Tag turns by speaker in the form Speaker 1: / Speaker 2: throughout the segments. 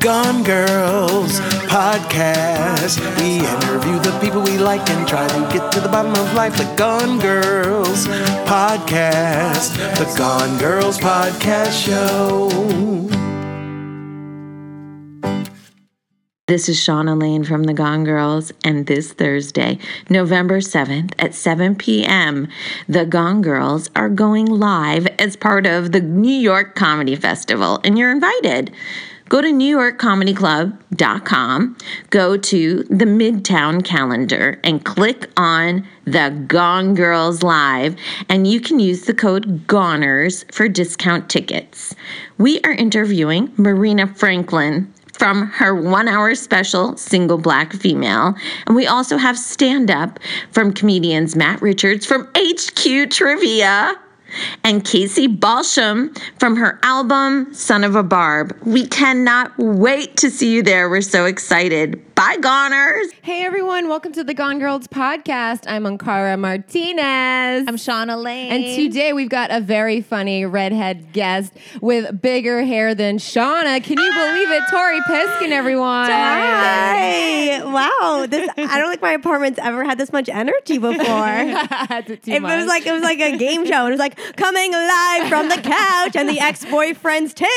Speaker 1: Gone Girls podcast. We interview the people we like and try to get to the bottom of life. The Gone Girls podcast. The Gone Girls podcast show.
Speaker 2: This is Shauna Lane from The Gone Girls, and this Thursday, November 7th at 7 p.m., The Gone Girls are going live as part of the New York Comedy Festival, and you're invited. Go to newyorkcomedyclub.com, go to the Midtown calendar, and click on The Gone Girls Live, and you can use the code GONERS for discount tickets. We are interviewing Marina Franklin from her one hour special, Single Black Female. And we also have stand up from comedians Matt Richards from HQ Trivia and Casey Balsham from her album, Son of a Barb. We cannot wait to see you there. We're so excited. Bye, goners.
Speaker 3: Hey everyone, welcome to the Gone Girls podcast. I'm Ankara Martinez.
Speaker 4: I'm Shauna Lane.
Speaker 3: and today we've got a very funny redhead guest with bigger hair than Shauna. Can you believe it? Tori Piskin, everyone.
Speaker 4: Hi. Wow. This I don't think my apartment's ever had this much energy before.
Speaker 3: That's it too
Speaker 4: It
Speaker 3: much.
Speaker 4: was like it was like a game show, and it was like coming live from the couch and the ex-boyfriend's table.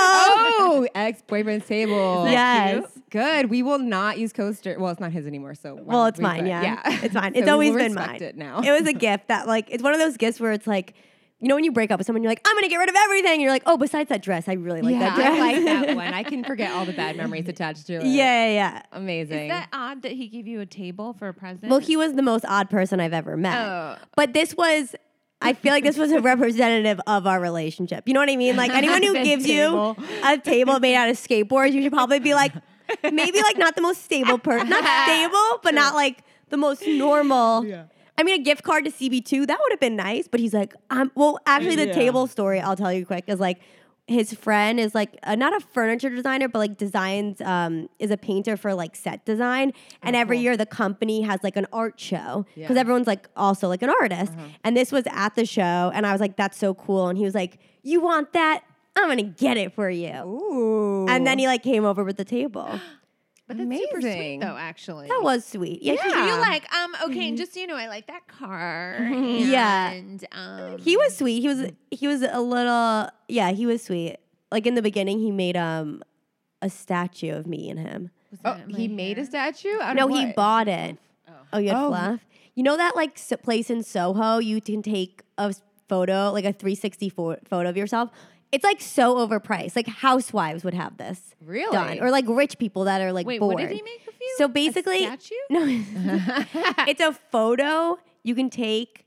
Speaker 3: oh, ex boyfriend's table.
Speaker 4: Yes.
Speaker 3: Cute. Good. We will not use coaster. Well, it's not his anymore. So
Speaker 4: Well, it's
Speaker 3: we-
Speaker 4: mine.
Speaker 3: but-
Speaker 4: Yeah.
Speaker 3: yeah,
Speaker 4: it's mine.
Speaker 3: So
Speaker 4: It's
Speaker 3: we
Speaker 4: always
Speaker 3: will
Speaker 4: been
Speaker 3: respect
Speaker 4: mine.
Speaker 3: It now.
Speaker 4: it was a gift that like it's one of those gifts where it's like. You know when you break up with someone, you're like, I'm gonna get rid of everything. And you're like, oh, besides that dress, I really like
Speaker 3: yeah,
Speaker 4: that dress.
Speaker 3: I like that one. I can forget all the bad memories attached to it.
Speaker 4: yeah, um, yeah, yeah.
Speaker 3: Amazing.
Speaker 5: Is that odd that he gave you a table for a present?
Speaker 4: Well, he was the most odd person I've ever met.
Speaker 5: Oh.
Speaker 4: But this was, I feel like this was a representative of our relationship. You know what I mean? Like anyone who
Speaker 3: The
Speaker 4: gives
Speaker 3: table.
Speaker 4: you a table made out of skateboards, you should probably be like, maybe like not the most stable person, not stable, but not like the most normal. I mean, a gift card to CB2, that would have been nice. But he's like, um, well, actually, the table story I'll tell you quick is like, his friend is like uh, not a furniture designer, but like designs um, is a painter for like set design. And every year the company has like an art show because
Speaker 3: Yeah. Uh-huh.
Speaker 4: everyone's like also like an artist. And this was at the show, and I was like, "That's so cool!" And he was like, "You want that? I'm gonna get it for you."
Speaker 3: Ooh.
Speaker 4: And then he like came over with the table.
Speaker 5: but that's super
Speaker 3: Amazing.
Speaker 5: sweet though, actually.
Speaker 4: That was sweet. Yeah, he-
Speaker 5: You're like, um, okay,
Speaker 3: Mm-hmm.
Speaker 5: and just so you know, I like that car. And,
Speaker 4: Yeah.
Speaker 5: um,
Speaker 4: he was sweet. He was he was a little yeah. He was sweet. Like in the beginning, he made um a statue of me and him.
Speaker 5: was
Speaker 3: Oh,
Speaker 5: that in my
Speaker 3: he made a
Speaker 5: hair?
Speaker 3: statue? Out
Speaker 4: No,
Speaker 3: of
Speaker 4: he
Speaker 3: what?
Speaker 4: bought it. Oh, you had
Speaker 3: Oh.
Speaker 4: fluff. You know that like s- place in Soho, you can take a s- photo, like a 360 pho- photo of yourself. It's like so overpriced. Like housewives would have this
Speaker 3: Really?
Speaker 4: done, or like rich people that are like
Speaker 5: Wait,
Speaker 4: bored.
Speaker 5: what did he make of you?
Speaker 4: So basically,
Speaker 5: a statue?
Speaker 4: no, it's a photo you can take.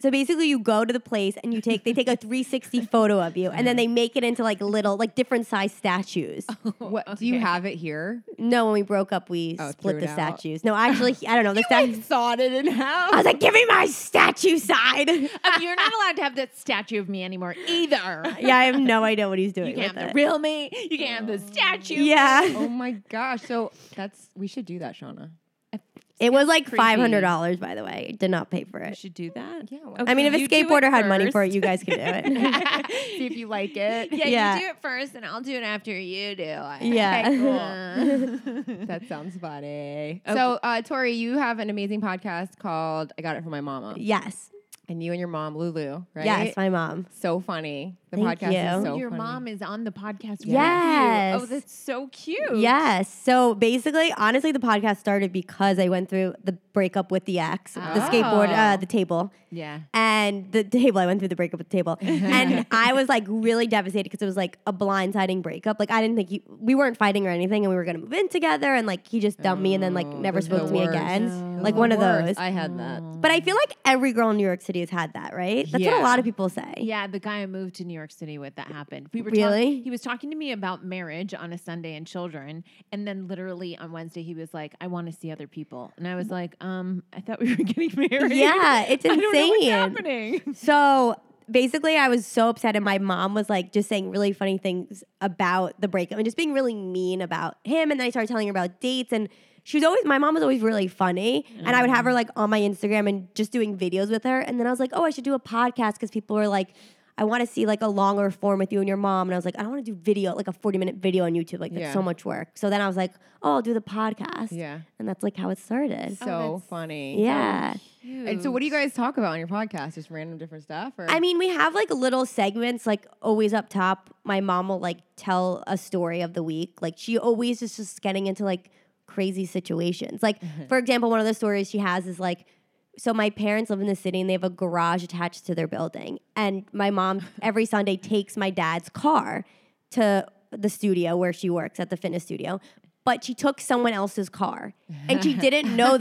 Speaker 4: So basically, you go to the place and you take they take a 360 photo of you, and
Speaker 5: Uh-huh.
Speaker 4: then they make it into like little, like different size statues.
Speaker 5: Oh.
Speaker 3: What do you have it here?
Speaker 4: No, when we broke up, we
Speaker 3: Oh,
Speaker 4: split
Speaker 3: threw
Speaker 4: the
Speaker 3: it out.
Speaker 4: statues. No, actually, he- I don't know. The statues.
Speaker 3: Sawed it in half.
Speaker 4: I was like, give me my statue side.
Speaker 5: Um, you're not allowed to have that statue of me anymore either.
Speaker 4: yeah, I have no idea what he's doing.
Speaker 5: You can't
Speaker 4: with
Speaker 5: have the
Speaker 4: it.
Speaker 5: real me. You can't have the statue.
Speaker 4: yeah.
Speaker 3: oh my gosh! So that's we should do that, Shauna.
Speaker 4: It was like
Speaker 5: creepy.
Speaker 4: five hundred dollars, by the way. I did not pay for
Speaker 5: You
Speaker 4: it.
Speaker 5: should do that.
Speaker 3: Yeah.
Speaker 4: I mean, if a
Speaker 5: You do it
Speaker 4: skateboarder had money for it,
Speaker 5: first.
Speaker 4: you guys could do it.
Speaker 3: See if you like it.
Speaker 5: Yeah,
Speaker 4: Yeah.
Speaker 5: you do it first, and I'll do it after you do it.
Speaker 4: Yeah.
Speaker 3: That sounds funny. So, uh, Tori, you have an amazing podcast called "I Got It from My Mama,"
Speaker 4: yes.
Speaker 3: and you and your mom, Lulu, right?
Speaker 4: Yes, my mom.
Speaker 3: so funny. The
Speaker 4: Thank
Speaker 3: podcast
Speaker 4: you.
Speaker 3: is so
Speaker 5: Your
Speaker 3: funny.
Speaker 5: mom is on the podcast.
Speaker 4: Yes.
Speaker 5: With you. Oh, that's so cute.
Speaker 4: Yes. So basically, honestly, the podcast started because I went through the breakup with the ex, the skateboard, uh, the table.
Speaker 3: Oh. Yeah.
Speaker 4: and the table. I went through the breakup with the table, and I was like really devastated because it was like a blindsiding breakup. Like I didn't think he, we weren't fighting or anything, and we were gonna move in together, and like he just dumped me and then like never
Speaker 3: Those are Oh, the
Speaker 4: spoke to me
Speaker 3: worst.
Speaker 4: again,
Speaker 3: Those
Speaker 4: like
Speaker 3: are the
Speaker 4: one of
Speaker 3: worst.
Speaker 4: those.
Speaker 3: I had that.
Speaker 4: but I feel like every girl in New York City has had that, right? That's what
Speaker 3: Yeah.
Speaker 4: a lot of people say.
Speaker 5: Yeah, the guy I moved to New York City with that happened. We were
Speaker 4: Really?
Speaker 5: Talk- he was talking to me about marriage on a Sunday and children, and then literally on Wednesday he was like, "I want to see other people," and I was like, "Um, I thought we were getting married."
Speaker 4: Mm. Yeah, it's
Speaker 5: I don't know what's
Speaker 4: insane.
Speaker 5: happening.
Speaker 4: So basically, I was so upset, and my mom was like just saying really funny things about the breakup and just being really mean about him. And then I started telling her about dates, and she was always my mom was always really funny, and I would have her like on my Instagram and just doing videos with her. And then I was like, oh, I should do a podcast because people were like. I want to see like a longer form with you and your mom. And I was like, I don't want to do video, like a 40 minute video on YouTube. Like, that's
Speaker 3: Yeah.
Speaker 4: so much work. So then I was like, oh, I'll do the podcast.
Speaker 3: Yeah.
Speaker 4: And that's like how it started.
Speaker 3: So funny.
Speaker 4: yeah.
Speaker 3: And so, what do you guys talk about on your podcast? Just random different stuff? Or
Speaker 4: I mean, we have like little segments, like always up top. My mom will like tell a story of the week. Like she always is just getting into like crazy situations. Like, for example, one of the stories she has is like, so my parents live in the city and they have a garage attached to their building. And my mom every Sunday takes my dad's car to the studio where she works at the fitness studio. But she took someone else's car. And she didn't know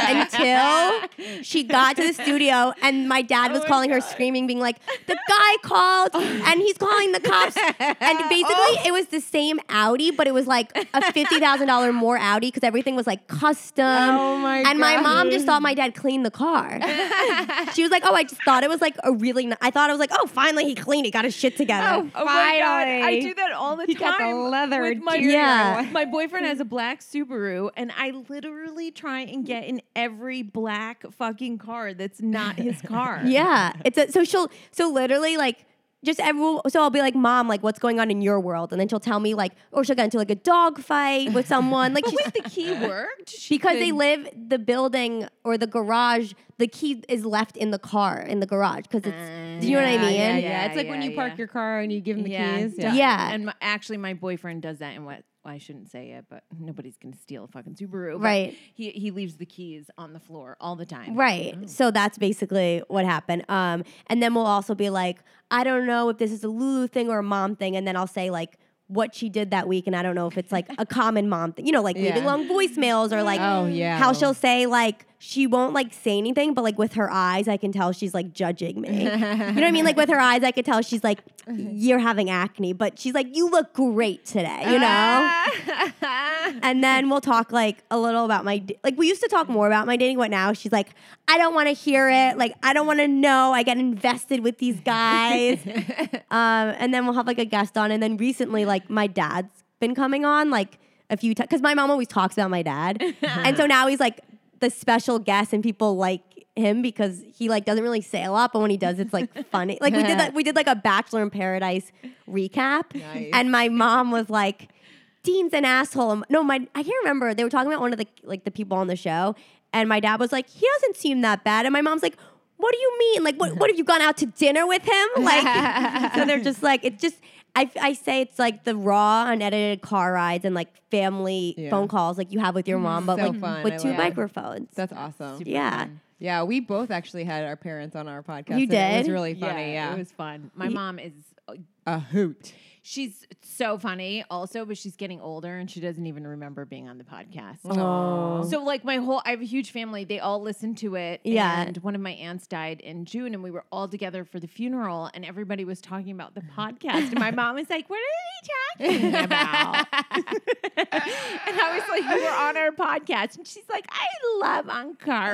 Speaker 4: that until she got to the studio and my dad
Speaker 3: Oh
Speaker 4: was calling her screaming, being like, the guy called and he's calling the cops. And basically,
Speaker 3: Oh.
Speaker 4: it was the same Audi, but it was like a $50,000 more Audi because everything was like custom.
Speaker 3: Oh my
Speaker 4: and my
Speaker 3: God.
Speaker 4: mom just thought my dad cleaned the car. she was like, oh, I just thought it was like a really, ni- I thought it was like, oh, finally he cleaned, he got his shit together.
Speaker 5: Oh my God, I
Speaker 6: Finally.
Speaker 5: do that all the
Speaker 6: He got
Speaker 5: time.
Speaker 6: the leather
Speaker 5: with my,
Speaker 6: interior
Speaker 4: Yeah.
Speaker 5: my boyfriend has a black Subaru, and I literally try and get in every black fucking car that's not his car.
Speaker 4: Yeah, it's a, so she'll so literally like just everyone. So I'll be like, "Mom, like what's going on in your world?" And then she'll tell me like, or she'll get into like a dog fight with someone, like she's,
Speaker 5: the key worked.
Speaker 4: because they live the building or the garage. The key is left in the car in the garage because it's. do you know what I
Speaker 5: yeah,
Speaker 4: mean?
Speaker 5: yeah,
Speaker 3: yeah, it's like when
Speaker 5: yeah,
Speaker 3: you park
Speaker 5: yeah.
Speaker 3: your car and you give them the keys.
Speaker 5: duh.
Speaker 4: Yeah.
Speaker 5: And my, actually, my boyfriend does that, and what well, I shouldn't say it, but nobody's gonna steal a fucking Subaru. but
Speaker 4: Right.
Speaker 5: He he leaves the keys on the floor all the time.
Speaker 4: Right. So that's basically what happened. Um, and then we'll also be like, I don't know if this is a Lulu thing or a mom thing. And then I'll say like what she did that week, and I don't know if it's like a common mom thing, you know, like
Speaker 3: Yeah.
Speaker 4: leaving long voicemails or like
Speaker 3: Oh, yeah.
Speaker 4: how she'll say like she won't like say anything, but like with her eyes, I can tell she's like judging me. you know what I mean? Like with her eyes, I could tell she's like, you're having acne, but she's like, you look great today, you know? and then we'll talk like a little about my d- like we used to talk more about my dating but now she's like i don't want to hear it like i don't want to know i get invested with these guys um, and then we'll have like a guest on and then recently like my dad's been coming on like a few times because my mom always talks about my dad and so now he's like the special guest and people like him because he like doesn't really say a lot but when he does it's like funny like we did that we did like a bachelor in paradise recap
Speaker 3: Nice.
Speaker 4: and my mom was like Dean's an asshole. Um, No, my I can't remember. They were talking about one of the like the people on the show, and my dad was like, he doesn't seem that bad, and my mom's like, what do you mean? Like, what what have you gone out to dinner with him? Like, so they're just like, it just. I, I say it's like the raw, unedited car rides and like family
Speaker 3: Yeah. Mm-hmm.
Speaker 4: phone calls like you have with your mom, but
Speaker 3: So
Speaker 4: like
Speaker 3: fun. I
Speaker 4: with two
Speaker 3: love it.
Speaker 4: microphones.
Speaker 3: That's awesome.
Speaker 4: yeah.
Speaker 3: Yeah, we both actually had our parents on our podcast.
Speaker 4: You
Speaker 3: and It was
Speaker 4: did?
Speaker 3: really funny. Yeah.
Speaker 5: It was fun. My mom is.
Speaker 3: a hoot.
Speaker 5: She's so funny, also, but she's getting older and she doesn't even remember being on the podcast.
Speaker 4: Oh.
Speaker 5: So like my whole I have a huge family. They all listen to it.
Speaker 4: Yeah.
Speaker 5: And one of my aunts died in June and we were all together for the funeral and everybody was talking about
Speaker 4: Mm.
Speaker 5: the podcast. And my mom was like, What are they talking about? and I was like, We were on our podcast. And she's like, I love Ankara.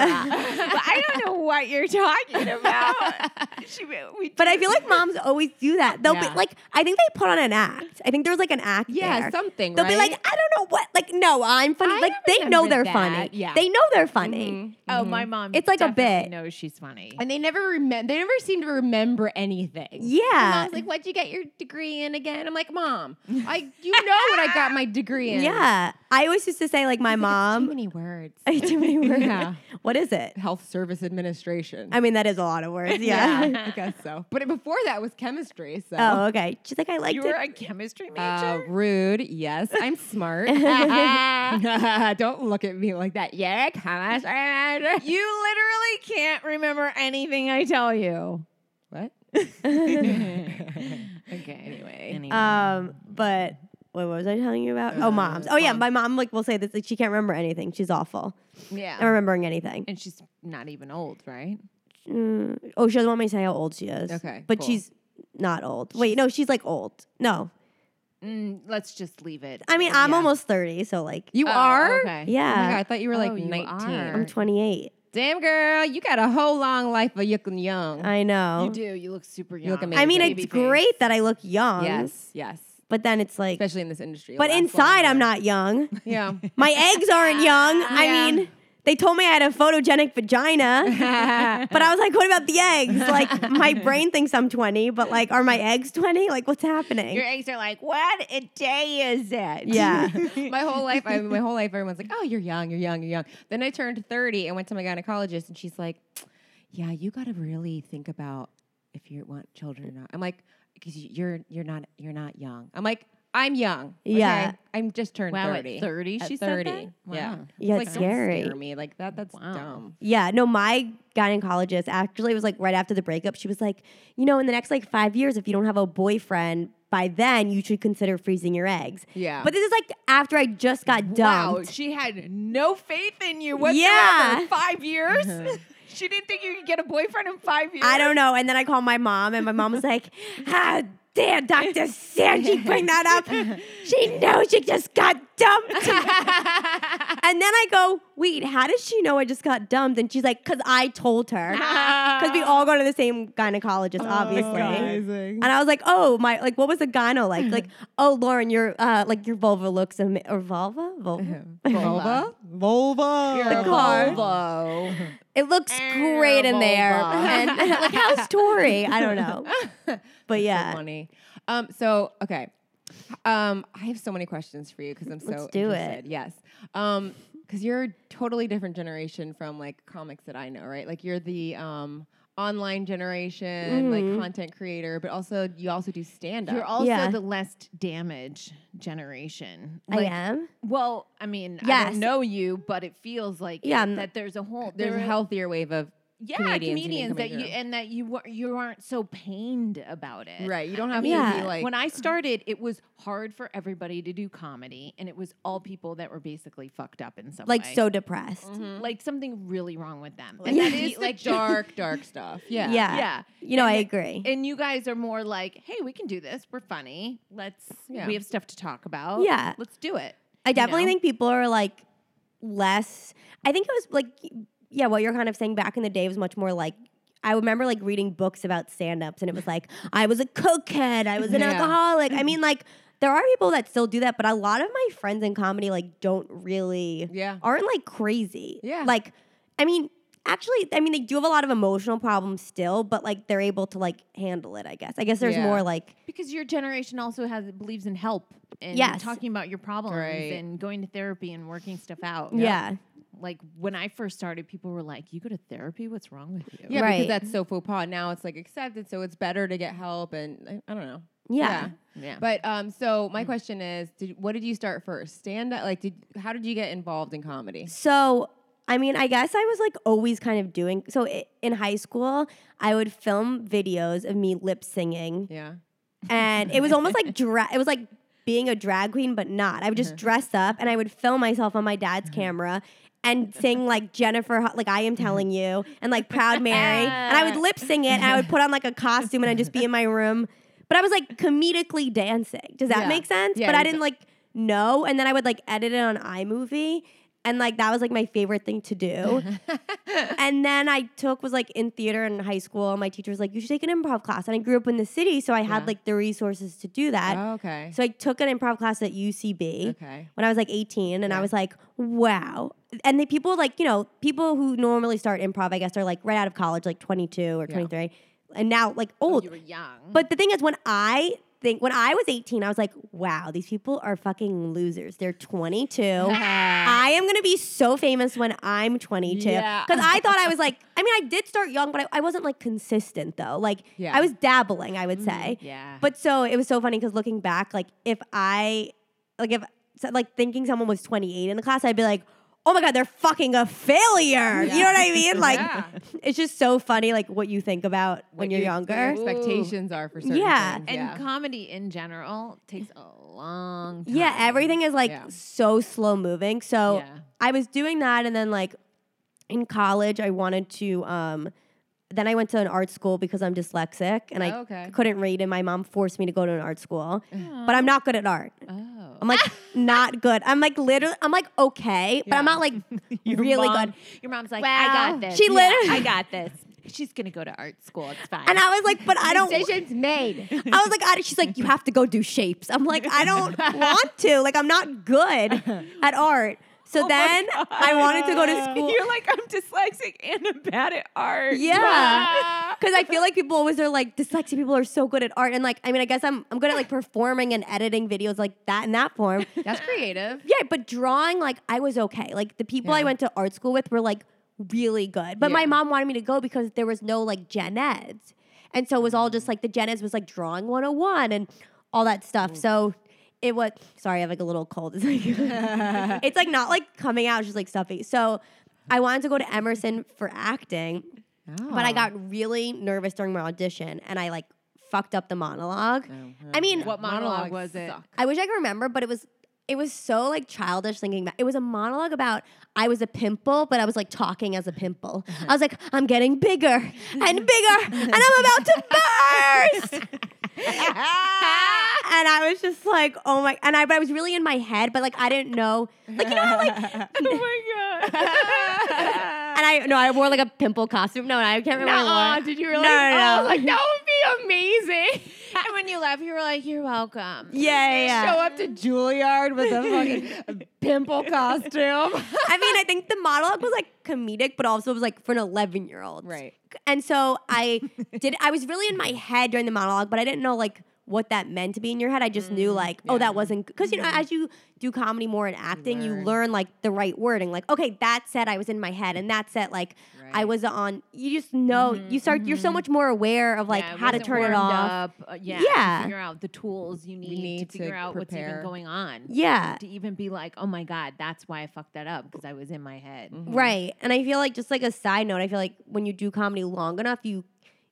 Speaker 5: But I don't know what you're talking about. She, we
Speaker 4: But I feel like moms always do that. They'll
Speaker 3: Yeah.
Speaker 4: be like, I think they put on an act. I think there's like an act.
Speaker 3: Yeah,
Speaker 4: there.
Speaker 3: something,
Speaker 4: They'll be like,
Speaker 3: right?
Speaker 4: I don't know what. Like, no, I'm funny.
Speaker 5: I
Speaker 4: like they know they're
Speaker 5: remember that.
Speaker 4: funny.
Speaker 5: Yeah.
Speaker 4: they know they're funny.
Speaker 5: Oh, my mom.
Speaker 4: Mm-hmm. It's like a
Speaker 5: definitely
Speaker 4: bit.
Speaker 5: knows she's funny.
Speaker 3: And they never remember. They never seem to remember anything.
Speaker 4: Yeah.
Speaker 3: I was like, "What'd you get your degree in again?" I'm like, "Mom, I you know what I got my degree in."
Speaker 4: Yeah, I always used to say like my
Speaker 3: Too
Speaker 4: mom.
Speaker 3: many words.
Speaker 4: Too many words.
Speaker 3: Yeah.
Speaker 4: What is it?
Speaker 3: Health Service Administration.
Speaker 4: I mean, that is a lot of words. Yeah.
Speaker 3: I guess so. But before that was chemistry. So.
Speaker 4: oh, okay. She's like, I liked
Speaker 5: you were
Speaker 4: it.
Speaker 5: a chemistry major.
Speaker 3: Uh, rude. Yes, I'm smart. Don't look at me like that. Yeah, chemistry.
Speaker 5: you literally can't remember anything I tell you.
Speaker 3: What?
Speaker 5: Okay. Anyway.
Speaker 4: Um, but what was I telling you about? oh, moms. Oh, yeah. My mom like will say this. Like she can't remember anything. She's awful. Not
Speaker 5: yeah.
Speaker 4: remembering anything.
Speaker 5: And she's not even old, right?
Speaker 4: Mm, oh, she doesn't want me to say how old she is.
Speaker 3: Okay,
Speaker 4: But
Speaker 3: cool.
Speaker 4: she's not old. Wait, no, she's like old. No.
Speaker 5: Mm, let's just leave it.
Speaker 4: I mean, I'm
Speaker 5: Yeah.
Speaker 4: almost 30, so like,
Speaker 3: You
Speaker 5: Oh,
Speaker 3: are?
Speaker 5: okay.
Speaker 4: yeah.
Speaker 3: Oh my god, I thought you were like
Speaker 5: Oh, you
Speaker 3: 19.
Speaker 5: are.
Speaker 4: I'm 28.
Speaker 3: Damn girl, you got a whole long life of yucking young.
Speaker 4: I know.
Speaker 5: You do. You look super young.
Speaker 3: look
Speaker 4: I mean,
Speaker 5: Baby
Speaker 4: it's
Speaker 5: face.
Speaker 4: great that I look young.
Speaker 3: yes, yes.
Speaker 4: But then it's like,
Speaker 3: Especially in this industry.
Speaker 4: but inside I'm not young.
Speaker 3: Yeah.
Speaker 4: My eggs aren't young. I mean, they told me I had a photogenic vagina, but I was like, what about the eggs? Like, my brain thinks I'm 20, but like, are my eggs 20? Like, what's happening?
Speaker 5: Your eggs are like, what a day is it?
Speaker 4: yeah.
Speaker 3: my whole life, I, my whole life, everyone's like, "Oh, you're young, you're young, you're young." Then I turned thirty and went to my gynecologist, and she's like, "Yeah, you got to really think about if you want children or not." I'm like, "Because you're you're not you're not young." I'm like, "I'm young." okay?
Speaker 4: Yeah.
Speaker 3: I'm just turned
Speaker 5: Wow, at
Speaker 3: thirty.
Speaker 5: 30,
Speaker 3: At
Speaker 5: she said that?
Speaker 3: thirty. Yeah,
Speaker 5: Wow.
Speaker 4: Yeah,
Speaker 3: It's
Speaker 4: it's
Speaker 3: like, don't
Speaker 4: scary.
Speaker 3: Scare me like that. That's dumb.
Speaker 4: Yeah, no, my gynecologist actually was like right after the breakup, she was like, you know, in the next like five years, if you don't have a boyfriend, by then you should consider freezing your eggs.
Speaker 5: Yeah.
Speaker 4: But this is like after I just got
Speaker 5: Wow,
Speaker 4: dumped.
Speaker 5: she had no faith in you whatsoever.
Speaker 4: Yeah. Uh-huh.
Speaker 5: Five years? she didn't think you could get a boyfriend in five years?
Speaker 4: I don't know. And then I called my mom, and my mom was like, ah, damn, Dr. Sanji bring that up. She knows she just got dumped. and then I go, wait, how does she know I just got dumped? And she's like, because I told her. Because we all go to the same gynecologist, obviously. And I was like, oh, my, like, what was the gyno like? Like, oh, Lauren, your, uh, like, your vulva looks, am- or vulva? Vulva?
Speaker 3: Vulva?
Speaker 4: The car. It looks great in there.
Speaker 5: vulva.
Speaker 4: And like, how's Tori? I don't know. But
Speaker 3: So
Speaker 4: yeah.
Speaker 3: funny. Um, so okay. Um, I have so many questions for you because I'm so
Speaker 4: Let's do it.
Speaker 3: interested. Yes. Um, because you're a totally different generation from like comics that I know, right? Like you're the um online generation, like content creator, but also you also do stand up.
Speaker 5: You're also
Speaker 4: Yeah.
Speaker 5: the less damage generation.
Speaker 4: I
Speaker 5: Like,
Speaker 4: am.
Speaker 5: Well, I mean, I
Speaker 4: Yes.
Speaker 5: don't know you, but it feels like
Speaker 4: Yeah, I'm-
Speaker 5: that there's a whole
Speaker 3: There's a
Speaker 5: there-
Speaker 3: healthier wave of
Speaker 5: yeah
Speaker 3: comedians, you mean,
Speaker 5: that
Speaker 3: coming
Speaker 5: you
Speaker 3: through.
Speaker 5: and that you were you aren't so pained about it.
Speaker 3: right. You don't have to
Speaker 4: Yeah.
Speaker 3: be like
Speaker 5: when I started, it was hard for everybody to do comedy, and it was all people that were basically fucked up in some
Speaker 4: Like,
Speaker 5: way.
Speaker 4: so depressed.
Speaker 5: like something really wrong with them.
Speaker 3: and
Speaker 5: And
Speaker 3: that
Speaker 5: that
Speaker 3: is
Speaker 5: is,
Speaker 3: the dark, dark stuff. Yeah.
Speaker 4: Yeah.
Speaker 5: yeah.
Speaker 4: You know,
Speaker 5: And
Speaker 4: I
Speaker 5: it-
Speaker 4: agree.
Speaker 5: And you guys are more like, hey, we can do this. We're funny. Let's.
Speaker 3: Yeah.
Speaker 5: We have stuff to talk about.
Speaker 4: Yeah.
Speaker 5: Let's do it.
Speaker 4: I definitely
Speaker 5: know?
Speaker 4: think people are like less. I think it was like, yeah, what you're kind of saying back in the day was much more like. I remember like reading books about stand ups and it was like, I was a cokehead, I was an
Speaker 3: Yeah.
Speaker 4: alcoholic. I mean, like, there are people that still do that, but a lot of my friends in comedy like don't really,
Speaker 3: Yeah.
Speaker 4: aren't like crazy.
Speaker 3: Yeah.
Speaker 4: Like, I mean, actually, I mean, they do have a lot of emotional problems still, but like they're able to like handle it, I guess. I guess there's
Speaker 3: Yeah.
Speaker 4: more like,
Speaker 5: Because your generation also has believes in help and
Speaker 4: Yes.
Speaker 5: talking about your problems
Speaker 3: Right.
Speaker 5: and going to therapy and working stuff out.
Speaker 4: yeah.
Speaker 5: Like when I first started, people were like, "You go to therapy? What's wrong with you?"
Speaker 3: Yeah,
Speaker 4: Right.
Speaker 3: because that's so faux pas. Now it's like accepted, so it's better to get help, and I, I don't know.
Speaker 4: Yeah.
Speaker 5: Yeah.
Speaker 3: But um, so my question is, did what did you start first? Stand up, like, did how did you get involved in comedy?
Speaker 4: So, I mean, I guess I was like always kind of doing. So i in high school, I would film videos of me lip singing,
Speaker 3: Yeah,
Speaker 4: and it was almost like dra- it was like being a drag queen, but not. I would
Speaker 3: Uh-huh.
Speaker 4: just dress up, and I would film myself on my dad's camera. And sing like Jennifer, Hu- like I am
Speaker 3: Uh-huh.
Speaker 4: telling you, and like Proud Mary, and
Speaker 3: Uh.
Speaker 4: I would lip sing it, and I would put on like a costume, and I'd just be in my room. But I was like comedically dancing. Does that
Speaker 3: Yeah.
Speaker 4: make sense?
Speaker 3: Yeah,
Speaker 4: but I
Speaker 3: it-
Speaker 4: didn't like know, and then I would like edit it on iMovie, and like that was like my favorite thing to do.
Speaker 3: Uh-huh.
Speaker 4: and then I took was like in theater in high school, and my teacher was like, "You should take an improv class." And I grew up in the city, so I had
Speaker 3: Yeah.
Speaker 4: like the resources to do that.
Speaker 3: oh, okay,
Speaker 4: So I took an improv class at UCB
Speaker 3: okay,
Speaker 4: when I was like 18, and I
Speaker 3: Yeah.
Speaker 4: was like, "Wow!" And the people like you know people who normally start improv, I guess, are like right out of college, like 22 or 23, and now like old.
Speaker 5: you were young.
Speaker 4: But the thing is, when I think when I was 18, I was like, wow, these people are fucking losers. They're 22. I am gonna be so famous when I'm 22. Because
Speaker 3: Yeah.
Speaker 4: I thought I was like, I mean, I did start young, but I, I wasn't like consistent though. Like
Speaker 3: Yeah. Mm.
Speaker 4: I was dabbling, I would say.
Speaker 5: yeah.
Speaker 4: But so it was so funny because looking back, like if I, like if so- like thinking someone was 28 in the class, I'd be like. Oh my God, they're fucking a failure. You know what I mean? Like,
Speaker 3: Yeah.
Speaker 4: it's just so funny, like what you think about
Speaker 3: What
Speaker 4: when you're
Speaker 3: you-
Speaker 4: younger.
Speaker 3: What your expectations are for certain
Speaker 4: Yeah,
Speaker 3: things,
Speaker 5: and
Speaker 3: yeah.
Speaker 5: comedy in general takes a long time.
Speaker 4: Yeah, everything is like
Speaker 3: Yeah.
Speaker 4: so slow moving. So
Speaker 5: Yeah.
Speaker 4: I was doing that, and then like in college, I wanted to. um Then I went to an art school because I'm dyslexic and I
Speaker 3: Oh, okay.
Speaker 4: couldn't read, and my mom forced me to go to an art school. But I'm not good at art.
Speaker 5: Oh.
Speaker 4: I'm like not good. I'm like literally. I'm like okay, but I'm not like really good.
Speaker 5: Your mom's like,
Speaker 4: Well,
Speaker 5: I got this.
Speaker 4: she
Speaker 5: Yeah,
Speaker 4: literally-
Speaker 5: I got this. She's gonna go to art school. It's fine.
Speaker 4: And I was like, but I don't.
Speaker 3: Decisions made.
Speaker 4: I was like, I, she's like, you have to go do shapes. I'm like, I don't want to. Like, I'm not good at art.
Speaker 3: Oh
Speaker 5: Oh
Speaker 4: So then I wanted to go to school.
Speaker 5: You're like, I'm dyslexic and I'm bad at art.
Speaker 4: Yeah. Because I feel like people always are like, dyslexic people are so good at art. And like, I mean, I guess I'm, I'm good at like performing and editing videos like that in that form.
Speaker 3: That's creative.
Speaker 4: Yeah, but drawing, like, I was okay. Like, the people I
Speaker 3: Yeah.
Speaker 4: went to art school with were like really good. But my
Speaker 3: Yeah.
Speaker 4: mom wanted me to go because there was no like gen eds. And so it was all just like the gen eds was like drawing 101 and all that stuff. So it was, sorry, I have like a little cold. It's like, it's like not like coming out, it's just like stuffy. So I wanted to go to Emerson for acting,
Speaker 5: Oh.
Speaker 4: but I got really nervous during my audition and I like fucked up the monologue. I mean,
Speaker 5: What monologue
Speaker 3: Oh, Monologues
Speaker 5: was it?
Speaker 3: suck.
Speaker 4: I wish I could remember, but it was it was so like childish thinking that it was a monologue about I was a pimple, but I was like talking as a pimple. I was like, I'm getting bigger and bigger, and I'm about to burst. and I was just like, oh my! And I, but I was really in my head, but like I didn't know, like you know, how, like, and
Speaker 5: Oh my god.
Speaker 4: I no, I wore like a pimple costume. No, I can't remember. what I
Speaker 5: Nuh-uh,
Speaker 4: wore.
Speaker 5: did you realize?
Speaker 4: No, no, no.
Speaker 5: Oh, like, that would be amazing. and when you left, you were like, "You're welcome."
Speaker 4: yeah, yeah, yeah.
Speaker 3: Show up to Juilliard with a fucking pimple costume.
Speaker 4: I mean, I think the monologue was like comedic, but also it was like for an 11 year old.
Speaker 3: Right.
Speaker 4: And so I did, I was really in my head during the monologue, but I didn't know like what that meant to be in your head. I just knew like, oh, that wasn't, because you know, as you do comedy more and acting, you learn. like the right wording. Like, okay, that said, I was in my head, and that said, like, I
Speaker 3: Right.
Speaker 4: was on, you just know, you start, you're so much more aware of like
Speaker 5: Yeah,
Speaker 4: how to
Speaker 5: wasn't
Speaker 4: turn it
Speaker 5: warmed
Speaker 4: off.
Speaker 5: Up. uh, yeah,
Speaker 4: Yeah.
Speaker 5: To figure out the tools you need,
Speaker 3: need to
Speaker 5: to figure out what's even
Speaker 3: prepare.
Speaker 5: going on.
Speaker 4: Yeah.
Speaker 5: To even be like, oh my god, that's why I fucked that up because I was in my head.
Speaker 3: Mm-hmm.
Speaker 4: Right. And I feel like just like a side note, I feel like when you do comedy long enough, you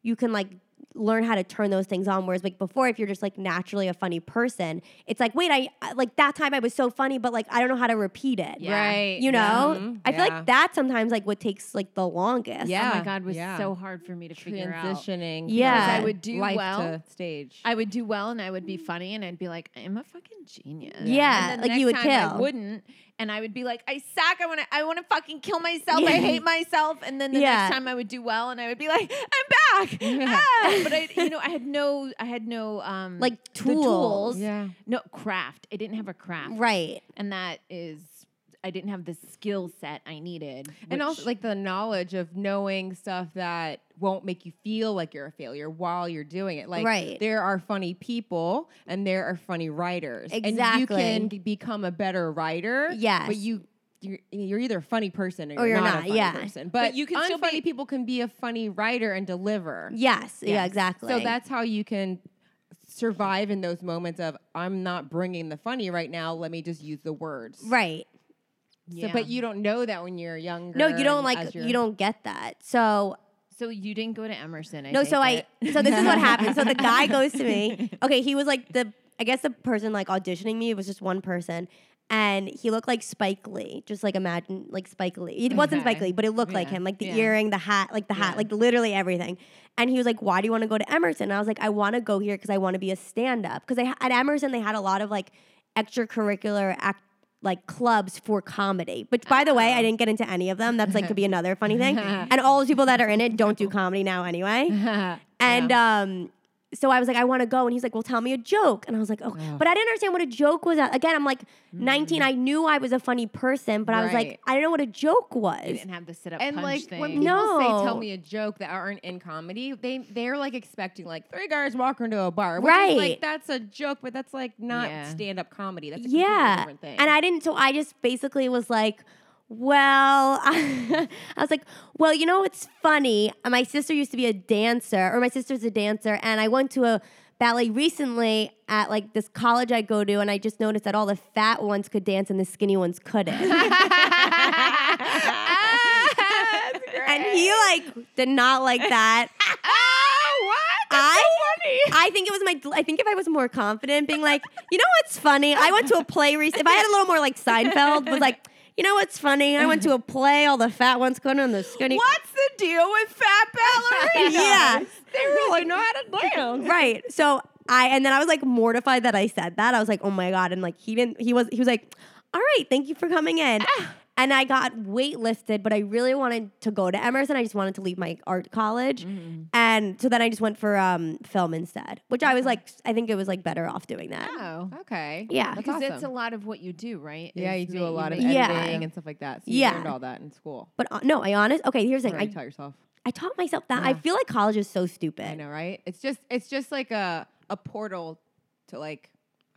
Speaker 4: you can like learn how to turn those things on. Whereas like before, if you're just like naturally a funny person, it's like, wait, I I- like that time I was so funny, but like I don't know how to repeat it.
Speaker 5: Yeah. Right.
Speaker 4: You know?
Speaker 3: Mhm.
Speaker 4: I feel
Speaker 3: Yeah.
Speaker 4: like that sometimes like what takes like the longest.
Speaker 5: Oh
Speaker 3: Yeah,
Speaker 5: my god, was
Speaker 3: yeah.
Speaker 5: so hard for me to figure out.
Speaker 3: Transitioning.
Speaker 4: Yeah.
Speaker 3: from
Speaker 4: I
Speaker 5: would do
Speaker 3: life
Speaker 5: well.
Speaker 3: to stage.
Speaker 5: I would do well and I would be funny and I'd be like, I'm a fucking genius.
Speaker 4: Yeah,
Speaker 5: And then
Speaker 4: like, you
Speaker 5: next
Speaker 4: would
Speaker 5: time I
Speaker 4: kill.
Speaker 5: wouldn't. And I would be like, I suck. I wanna I wanna fucking kill myself. I
Speaker 4: Yeah.
Speaker 5: hate myself. And then the
Speaker 4: Yeah.
Speaker 5: next time I would do well and I would be like, I'm back. Ah! But I you know, I had no I had no um
Speaker 4: Like
Speaker 5: the
Speaker 4: tools.
Speaker 5: tools.
Speaker 3: Yeah.
Speaker 5: No craft. I didn't have a craft.
Speaker 4: Right.
Speaker 5: And that is I didn't have the skill set I needed.
Speaker 3: and also
Speaker 5: which-
Speaker 3: like the knowledge of knowing stuff that won't make you feel like you're a failure while you're doing it. Like
Speaker 4: Right.
Speaker 3: there are funny people and there are funny writers. And you
Speaker 4: Exactly.
Speaker 3: can g- become a better writer.
Speaker 4: Yes.
Speaker 3: But you you're, you're either a funny person or you're,
Speaker 4: Or you're
Speaker 3: not,
Speaker 4: not,
Speaker 3: a funny
Speaker 4: yeah.
Speaker 3: person. But,
Speaker 5: But you can still
Speaker 3: unfunny
Speaker 5: be-
Speaker 3: people can be a funny writer and deliver.
Speaker 4: Yes. Yeah,
Speaker 3: Yes.
Speaker 4: exactly.
Speaker 3: So that's how you can survive in those moments of I'm not bringing the funny right now. Let me just use the words.
Speaker 4: right.
Speaker 3: So, but you don't know that when you're younger.
Speaker 4: No, you don't
Speaker 3: and
Speaker 4: like
Speaker 3: as you're-
Speaker 4: you don't get that. So
Speaker 5: So you didn't go to Emerson. I
Speaker 4: No,
Speaker 5: take
Speaker 4: so I
Speaker 5: it.
Speaker 4: so this is what happened. So the guy goes to me. Okay, he was like the I guess the person like auditioning me was just one person. And he looked like Spike Lee, just like imagine like Spike Lee. It wasn't Spike
Speaker 5: Okay.
Speaker 4: Lee, but it looked like
Speaker 5: Yeah.
Speaker 4: him, like the
Speaker 5: Yeah.
Speaker 4: earring, the hat, like the hat, like literally everything. And he was like, "Why do you want to go to Emerson?" And I was like, "I want to go here because I want to be a stand-up." Because ha- at Emerson they had a lot of like extracurricular act like clubs for comedy. But by the
Speaker 5: Oh.
Speaker 4: way, I didn't get into any of them. That's like could be another funny thing. And all those people that are in it don't do comedy now anyway. And um, so I was like, I want to go. And he's like, Well, tell me a joke. And I was like, Oh, but I didn't understand what a joke was. Again, I'm like 19. I knew I was a funny person, but I was
Speaker 3: Right.
Speaker 4: like, I didn't know what a joke was.
Speaker 5: You didn't have the sit up
Speaker 3: And
Speaker 5: punch
Speaker 3: like
Speaker 5: thing.
Speaker 3: when people say
Speaker 4: No.
Speaker 3: "tell me a joke" that aren't in comedy, they they're like expecting like three guys walking into a bar, which is,
Speaker 4: Right.
Speaker 3: like that's a joke, but that's like not
Speaker 5: Yeah.
Speaker 3: stand up comedy. That's a completely
Speaker 4: Yeah.
Speaker 3: different thing.
Speaker 4: And I didn't, so I just basically was like, well, I, was like, well, you know what's funny? Uh, My sister used to be a dancer, or my sister's a dancer, and I went to a ballet recently at like this college I go to, and I just noticed that all the fat ones could dance and the skinny ones couldn't. and he like did not like that.
Speaker 5: Oh,
Speaker 4: I I think it was my. I think if I was more confident, being like, you know what's funny? I went to a play recently. If I had a little more like Seinfeld, was like, you know what's funny? I went to a play. All the fat ones going on the skinny.
Speaker 5: What's the deal with fat ballerinas?
Speaker 4: Yeah.
Speaker 5: They really know how to dance.
Speaker 4: Right. So I and then I was like mortified that I said that. I was like, oh my god. And like he didn't. He was. He was like, all right, thank you for coming in.
Speaker 3: Ah.
Speaker 4: And I
Speaker 3: Mm-hmm.
Speaker 4: got waitlisted, but I really wanted to go to Emerson. I just wanted to leave my art college. and so then I just went for um, film instead, which I was like, I think it was like better off doing that.
Speaker 5: Oh,
Speaker 3: Okay.
Speaker 4: Yeah.
Speaker 3: That's
Speaker 5: because that's a
Speaker 3: awesome.
Speaker 5: lot of what you do, right?
Speaker 3: Yeah,
Speaker 5: Is
Speaker 3: you do
Speaker 5: ma-
Speaker 3: a lot of
Speaker 5: make-
Speaker 3: editing
Speaker 4: Yeah.
Speaker 3: and stuff like that. So you
Speaker 4: Yeah.
Speaker 3: learned all that in school.
Speaker 4: But uh, no, I honest. Okay, here's the
Speaker 3: Sorry,
Speaker 4: thing.
Speaker 3: you
Speaker 4: I,
Speaker 3: taught yourself.
Speaker 4: I taught myself that. I feel like college is so stupid.
Speaker 3: I know, right? It's just it's just like a a portal to like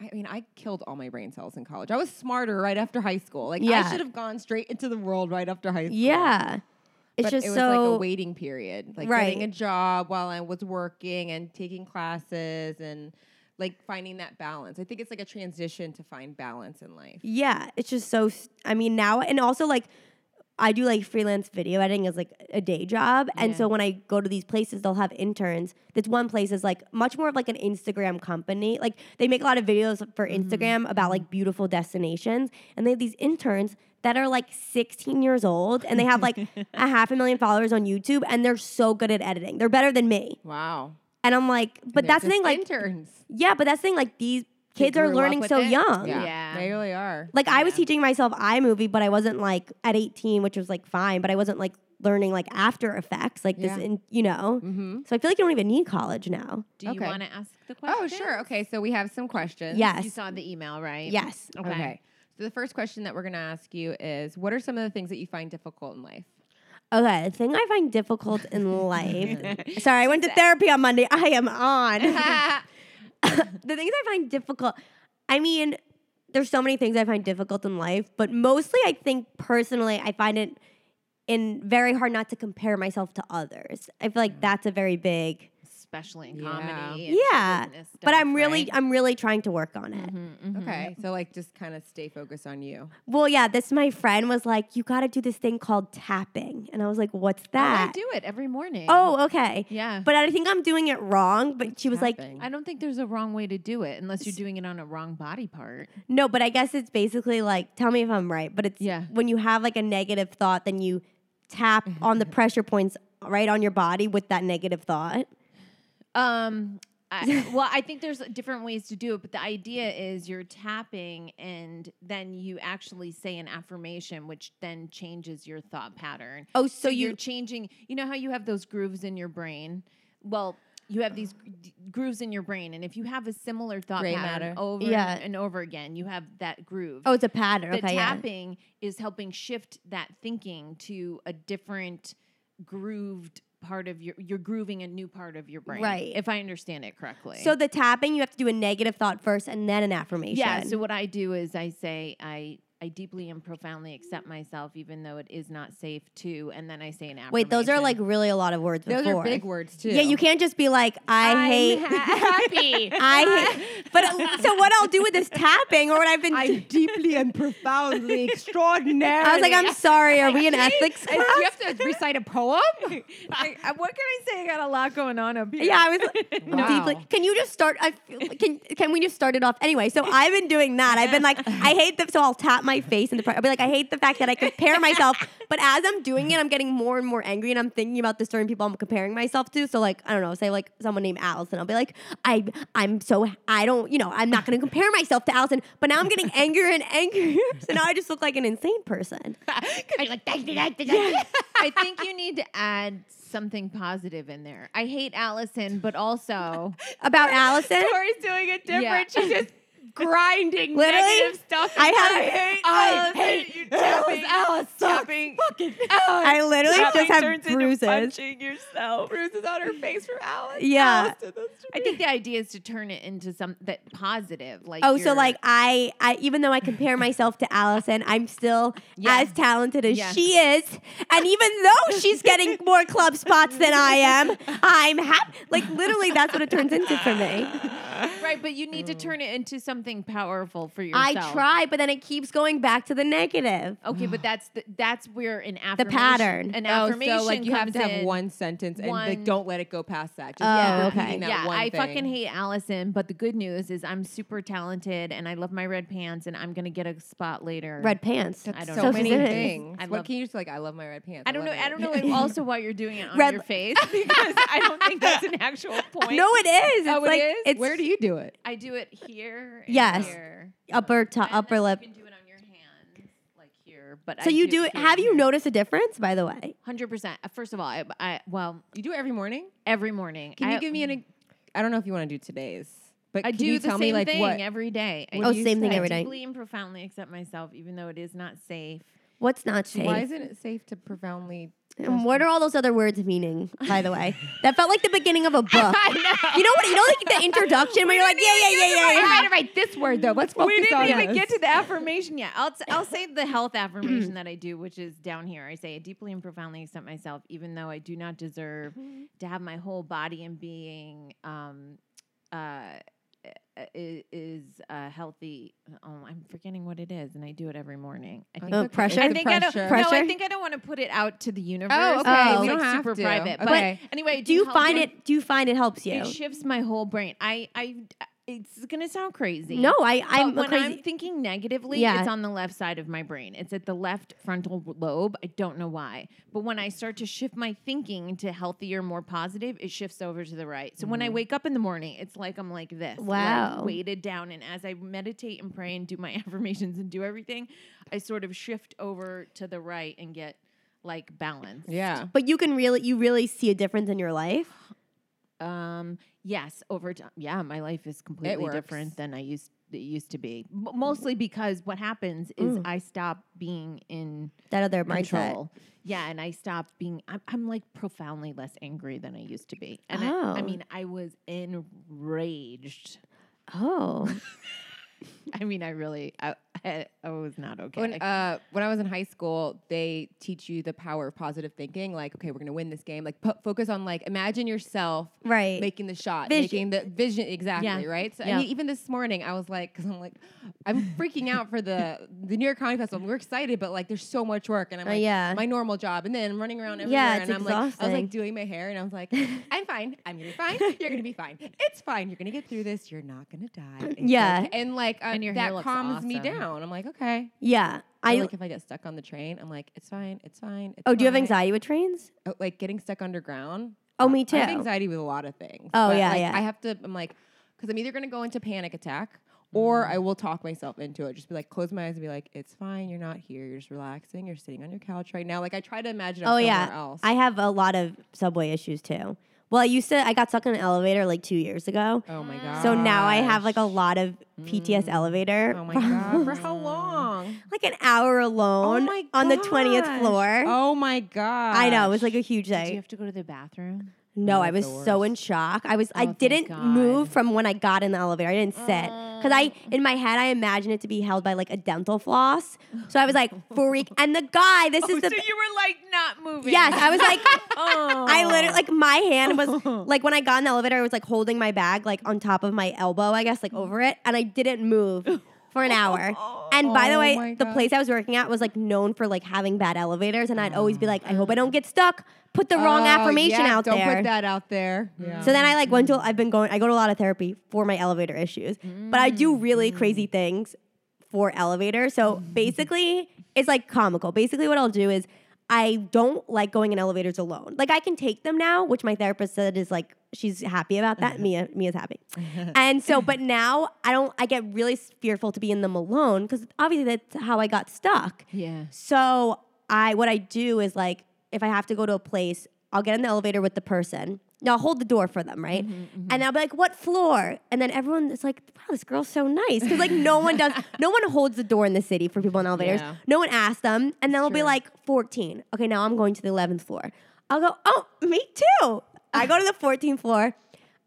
Speaker 3: I mean, I killed all my brain cells in college. I was smarter right after high school. Like
Speaker 4: Yeah.
Speaker 3: I should have gone straight into the world right after high school.
Speaker 4: Yeah, it's
Speaker 3: but
Speaker 4: just
Speaker 3: it was
Speaker 4: so
Speaker 3: like a waiting period, like getting a
Speaker 4: Right.
Speaker 3: job while I was working and taking classes and like finding that balance. I think it's like a transition to find balance in life.
Speaker 4: Yeah, it's just so. s- I mean, now and also like, I do like freelance video editing as like a day job, and so when I go to these places, they'll have interns. This one place is like much more of like an Instagram company. Like they make a lot of videos for
Speaker 5: Mm-hmm.
Speaker 4: Instagram about like beautiful destinations, and they have these interns that are like 16 years old, and they have like a half a million followers on YouTube, and they're so good at editing. They're better than me,
Speaker 3: Wow.
Speaker 4: and I'm like, but that's the thing. Like,
Speaker 3: interns.
Speaker 4: yeah, but that's the thing. Like these kids
Speaker 5: grew
Speaker 4: are
Speaker 5: up
Speaker 4: learning
Speaker 5: with
Speaker 4: so
Speaker 5: it.
Speaker 4: young.
Speaker 5: Yeah.
Speaker 3: They really are.
Speaker 4: Like I was teaching myself iMovie, but I wasn't like at 18, which was like fine, but I wasn't like learning like After Effects, like
Speaker 3: Yeah.
Speaker 4: this, in, you know.
Speaker 3: Mhm.
Speaker 4: So I feel like you don't even need college now.
Speaker 5: Do you
Speaker 3: Okay.
Speaker 5: want to ask the question?
Speaker 3: Oh, sure. Okay, so we have some questions.
Speaker 5: You
Speaker 4: Yes,
Speaker 5: saw the email, right?
Speaker 4: yes.
Speaker 5: Okay.
Speaker 3: Okay. So the first question that we're going to ask you is what are some of the things that you find difficult in life?
Speaker 4: Okay, the thing I find difficult in life. Sorry, I went to therapy on Monday. I am on. the things I find difficult. I mean, there's so many things I find difficult in life, but mostly I think personally I find it in very hard not to compare myself to others. I feel like that's a very big
Speaker 5: Especially in
Speaker 3: Yeah.
Speaker 5: comedy. and show
Speaker 4: Yeah.
Speaker 5: business
Speaker 4: but
Speaker 5: stuff,
Speaker 4: I'm really
Speaker 5: right? Mm-hmm.
Speaker 4: I'm really trying to work on it.
Speaker 3: Okay. So like just kind of stay focused on you.
Speaker 4: Well, yeah, this my friend was like, "You got to do this thing called tapping." And I was like, "What's
Speaker 5: Oh, I
Speaker 4: that?"
Speaker 5: do it every morning.
Speaker 4: Oh, okay.
Speaker 5: Yeah.
Speaker 4: But I think I'm doing it wrong, but she was like,
Speaker 3: Tapping.
Speaker 5: I don't think there's a wrong way to do it unless you're doing it on a wrong body part.
Speaker 4: "No, but I guess it's basically like tell me if I'm right, but it's
Speaker 5: Yeah. Mm-hmm,
Speaker 4: when you have like a negative thought, then you tap on the pressure points right on your body with that negative thought."
Speaker 5: Um, I, well, I think there's different ways to do it, but the idea is you're tapping and then you actually say an affirmation, which then changes your thought pattern.
Speaker 4: Oh, so,
Speaker 5: So
Speaker 4: you
Speaker 5: you're changing, you know how you have those grooves in your brain? Well, you have these gr- d- grooves in your brain, and if you have a similar thought
Speaker 3: Gray
Speaker 5: pattern
Speaker 3: matter.
Speaker 5: over
Speaker 4: Yeah.
Speaker 5: and over again, you have that groove.
Speaker 4: Oh, it's a pattern.
Speaker 5: the
Speaker 4: okay. yeah.
Speaker 5: tapping is helping shift that thinking to a different grooved part of your you're grooving a new part of your brain
Speaker 4: Right.
Speaker 5: if i understand it correctly
Speaker 4: So the tapping, you have to do a negative thought first and then an affirmation.
Speaker 5: yeah so what i do is i say i i deeply and profoundly accept myself even though it is not safe to and then i say an affirmation
Speaker 4: Wait, those are like really a lot of words
Speaker 3: Those
Speaker 4: before.
Speaker 3: are big words too.
Speaker 4: Yeah, you can't just be like, I
Speaker 5: I'm
Speaker 4: hate.
Speaker 5: happy
Speaker 4: I hate. But uh, so what I'll do with this tapping or what I've been. I,
Speaker 3: deeply and profoundly extraordinary.
Speaker 4: was like, I'm sorry. Are we in ethics
Speaker 3: Do you
Speaker 4: class?
Speaker 3: have to recite a poem?
Speaker 5: Like, uh, what can i say i got a lot going on up here
Speaker 4: Yeah, I was
Speaker 3: Wow.
Speaker 4: deeply. Can you just start? I feel, can can we just start it off anyway? So I've been doing that. I've been like, I hate the. So I'll tap my face in the. pri- I'll be like, I hate the fact that I compare myself. But as I'm doing it, I'm getting more and more angry, and I'm thinking about the certain people I'm comparing myself to. So like, I don't know, say like someone named Allison. I'll be like, I I'm so I don't you know I'm not going to compare myself to Allison. But now I'm getting angrier and angrier. So now I just look like an insane person.
Speaker 5: I think you need to add something positive in there. I hate Allison, but also
Speaker 4: About Allison,
Speaker 3: Tori's doing it different.
Speaker 5: Yeah.
Speaker 3: She's just grinding
Speaker 4: Literally,
Speaker 3: negative stuff.
Speaker 4: I
Speaker 3: and
Speaker 4: had-
Speaker 3: I hate you tapping, Alice tapping, fucking Alice.
Speaker 4: I literally
Speaker 3: tapping
Speaker 4: just have
Speaker 3: turns into
Speaker 4: bruises.
Speaker 3: punching yourself. Bruises on her face from Alice.
Speaker 4: Yeah.
Speaker 3: Alice did this to
Speaker 5: I think the idea is to turn it into some that positive. Like
Speaker 4: Oh, so
Speaker 5: you're-
Speaker 4: like I, I, even though I compare myself to Allison, I'm still
Speaker 5: Yeah.
Speaker 4: as talented as
Speaker 5: Yeah.
Speaker 4: she is, and even though she's getting more club spots than I am, I'm happy. Like literally, that's what it turns into for me.
Speaker 5: right, but you need to turn it into something powerful for yourself.
Speaker 4: I try, but then it keeps going back to the negative.
Speaker 5: Okay, but that's the, that's where an affirmation,
Speaker 4: pattern.
Speaker 5: an
Speaker 3: Oh,
Speaker 5: affirmation
Speaker 3: so like you have
Speaker 5: comes
Speaker 3: to have
Speaker 5: in.
Speaker 3: one sentence and
Speaker 5: one-
Speaker 3: like don't let it go past that. Just
Speaker 4: Oh,
Speaker 3: keep
Speaker 4: okay.
Speaker 3: repeating that
Speaker 5: yeah,
Speaker 3: one
Speaker 5: I
Speaker 3: thing.
Speaker 5: fucking hate Allison, but the good news is I'm super talented and I love my red pants and I'm gonna get a spot later.
Speaker 4: Red pants.
Speaker 5: I don't
Speaker 3: so
Speaker 5: know.
Speaker 3: many
Speaker 4: Specific.
Speaker 3: things.
Speaker 5: I
Speaker 3: what
Speaker 5: love-
Speaker 3: can you just like? I love my red pants.
Speaker 5: I don't know.
Speaker 3: love my
Speaker 5: I don't
Speaker 3: red
Speaker 5: know. Like, also, why you're doing it on
Speaker 4: Red-
Speaker 5: your face because I don't think that's an actual point.
Speaker 4: No, it is. It's
Speaker 3: pants. Oh,
Speaker 4: like
Speaker 3: it is.
Speaker 4: it's
Speaker 3: Where do you do it?
Speaker 5: I do it here. And
Speaker 4: Yes.
Speaker 5: Here.
Speaker 4: upper to
Speaker 5: And
Speaker 4: upper
Speaker 5: then
Speaker 4: lip.
Speaker 5: You can do it on your hands, like here. but
Speaker 4: So
Speaker 5: I
Speaker 4: you do.
Speaker 5: hear
Speaker 4: Have you
Speaker 5: her.
Speaker 4: noticed a difference, by the way?
Speaker 5: Hundred percent. Uh, First of all, I, I well
Speaker 3: You do it every morning?
Speaker 5: every morning.
Speaker 3: Can
Speaker 5: I-
Speaker 3: you give me an? ex- I don't know if you want to do today's, but
Speaker 5: I
Speaker 3: can
Speaker 5: do
Speaker 3: you
Speaker 5: the
Speaker 3: tell
Speaker 5: same
Speaker 3: me like
Speaker 5: thing
Speaker 3: what?
Speaker 5: every day. I
Speaker 4: Oh,
Speaker 5: do
Speaker 4: same thing
Speaker 5: say,
Speaker 4: every day.
Speaker 5: Deeply and profoundly accept myself, even though it is not safe.
Speaker 4: What's not
Speaker 3: Why
Speaker 4: safe?
Speaker 3: isn't it safe to profoundly?
Speaker 4: And what are all those other words meaning? By the way, that felt like the beginning of a book. You know what? You know, like the introduction where you're like, yeah, yeah, yeah, yeah, yeah.
Speaker 3: to write this word though. Let's
Speaker 5: We didn't even get to the affirmation yet. I'll, t- I'll say the health affirmation that I do, which is down here. I say, I deeply and profoundly accept myself, even though I do not deserve
Speaker 3: Mm-hmm.
Speaker 5: to have my whole body and being um, uh, is, is uh, healthy. Oh, I'm forgetting what it is, and I do it every morning. I think
Speaker 4: Oh,
Speaker 3: okay.
Speaker 4: pressure?
Speaker 5: I
Speaker 3: It's
Speaker 5: think I
Speaker 3: pressure.
Speaker 5: don't. No, I
Speaker 4: Pressure?
Speaker 5: think I don't want to put it out to the universe.
Speaker 3: Oh, okay.
Speaker 5: It's,
Speaker 4: Oh.
Speaker 5: like,
Speaker 4: You
Speaker 3: don't have
Speaker 5: super
Speaker 3: to.
Speaker 5: private.
Speaker 3: Okay.
Speaker 5: But anyway,
Speaker 4: Do you
Speaker 5: help
Speaker 4: find
Speaker 5: me.
Speaker 4: it? Do you find it helps you?
Speaker 5: It shifts my whole brain. I, I, it's gonna sound crazy.
Speaker 4: No, I, I'm
Speaker 5: but
Speaker 4: a
Speaker 5: when I'm
Speaker 4: crazy.
Speaker 5: thinking negatively,
Speaker 4: Yeah.
Speaker 5: it's on the left side of my brain. It's at the left frontal lobe. I don't know why. But when I start to shift my thinking into healthier, more positive, it shifts over to the right. So when I wake up in the morning, it's like I'm like this. like,
Speaker 4: Mm-hmm. Wow.
Speaker 5: weighted down. And as I meditate and pray and do my affirmations and do everything, I sort of shift over to the right and get like balanced.
Speaker 3: Yeah.
Speaker 4: But you can really, you really see a difference in your life.
Speaker 5: Um. Yes. Over time. Yeah. My life is completely
Speaker 3: works.
Speaker 5: different than I used it used to be. M- mostly because what happens is I stop being in
Speaker 4: That other mindset.
Speaker 5: control. Yeah, and I stop being. I'm, I'm like profoundly less angry than I used to be. And I, I
Speaker 4: Oh.
Speaker 5: mean, I was enraged.
Speaker 4: Oh,
Speaker 5: I mean, I really. I, I, I was not okay.
Speaker 3: When, uh, when I was in high school, they teach you the power of positive thinking. Like, okay, we're gonna win this game. Like, po- focus on like imagine yourself
Speaker 4: Right.
Speaker 3: making the shot, making
Speaker 4: Vision.
Speaker 3: the vision exactly right. So I
Speaker 5: Yeah.
Speaker 3: mean, even this morning, I was like, because I'm like, I'm freaking out for the the New York Comedy Festival. We're excited, but like, there's so much work, and I'm
Speaker 4: Uh,
Speaker 3: like,
Speaker 4: yeah.
Speaker 3: my normal job, and then I'm running around everywhere,
Speaker 4: Yeah, it's
Speaker 3: and I'm like, I was
Speaker 4: exhausting.
Speaker 3: like doing my hair, and I was like, I'm fine, I'm gonna be fine, you're gonna be fine, it's fine, you're gonna get through this, you're not gonna die, It's
Speaker 4: Yeah.
Speaker 3: okay." and like um,
Speaker 5: And your hair
Speaker 3: that
Speaker 5: looks
Speaker 3: calms me
Speaker 5: awesome.
Speaker 3: down. I'm like, okay.
Speaker 4: yeah.
Speaker 3: I
Speaker 4: I.
Speaker 3: like if I get stuck on the train, I'm like, it's fine, it's fine. It's
Speaker 4: oh, do you have
Speaker 3: fine."
Speaker 4: anxiety with trains?
Speaker 3: Oh, Like getting stuck underground.
Speaker 4: Oh, me
Speaker 3: I have
Speaker 4: too.
Speaker 3: anxiety with a lot of things.
Speaker 4: Oh,
Speaker 3: but,
Speaker 4: yeah,
Speaker 3: like,
Speaker 4: yeah.
Speaker 3: I have to. I'm like, because I'm either gonna go into panic attack
Speaker 4: Mm.
Speaker 3: or I will talk myself into it. Just be like, close my eyes and be like, it's fine. You're not here. You're just relaxing. You're sitting on your couch right now. Like I try to imagine. I'm
Speaker 4: Oh
Speaker 3: somewhere
Speaker 4: yeah,
Speaker 3: Else.
Speaker 4: I have a lot of subway issues too. Well, I used to. I got stuck in an elevator like two years ago,
Speaker 3: oh my god.
Speaker 4: so now I have like a lot of PTS elevator.
Speaker 3: Oh my god. For how long? Oh
Speaker 4: like an hour alone
Speaker 3: my
Speaker 4: on the twentieth
Speaker 3: gosh.
Speaker 4: floor.
Speaker 3: Oh my god.
Speaker 4: I know it was like a huge
Speaker 5: Do you
Speaker 4: day.
Speaker 5: have to go to the bathroom?
Speaker 4: No, I was
Speaker 3: that's the Oh,
Speaker 4: so in shock. I was I
Speaker 5: thank
Speaker 4: didn't
Speaker 5: God.
Speaker 4: move from when I got in the elevator. I didn't sit because I
Speaker 3: Mm.
Speaker 4: in my head I imagined it to be held by like a dental floss. So I was like freak. And the guy,
Speaker 3: Oh,
Speaker 4: this is the
Speaker 5: you were like not moving.
Speaker 4: yes. I was like I literally like my hand was like when I got in the elevator, I was like holding my bag like on top of my elbow, I guess, like over it, and I didn't move for an hour. And by the
Speaker 3: Oh
Speaker 4: way,
Speaker 3: my
Speaker 4: the
Speaker 3: God.
Speaker 4: place I was working at was like known for like having bad elevators, and I'd always be like, I hope I don't get stuck. Put the wrong
Speaker 3: Oh,
Speaker 4: affirmation
Speaker 3: Uh, yeah,
Speaker 4: out
Speaker 3: don't
Speaker 4: there.
Speaker 3: put that out there.
Speaker 5: Hmm.
Speaker 4: So then I like went to I've been going I go to a lot of therapy for my elevator issues. But I do really crazy things for elevator. So basically it's like comical. Basically what I'll do is I don't like going in elevators alone. Like I can take them now, which my therapist said is like she's happy about that. Mia Mia's happy. and so but now I don't I get really fearful to be in them alone cuz obviously that's how I got stuck.
Speaker 5: Yeah.
Speaker 4: So I what I do is like if I have to go to a place, I'll get in the elevator with the person. Now I'll hold the door for them, right? And I'll be like, "What floor?" And then everyone is like, "Wow, this girl's so nice." Because like no one does, no one holds the door in the city for people in elevators.
Speaker 5: Yeah.
Speaker 4: No one asks them, and then it'll be like 14. Okay, now I'm going to the 11th floor. I'll go, "Oh, me too." I go to the 14th floor.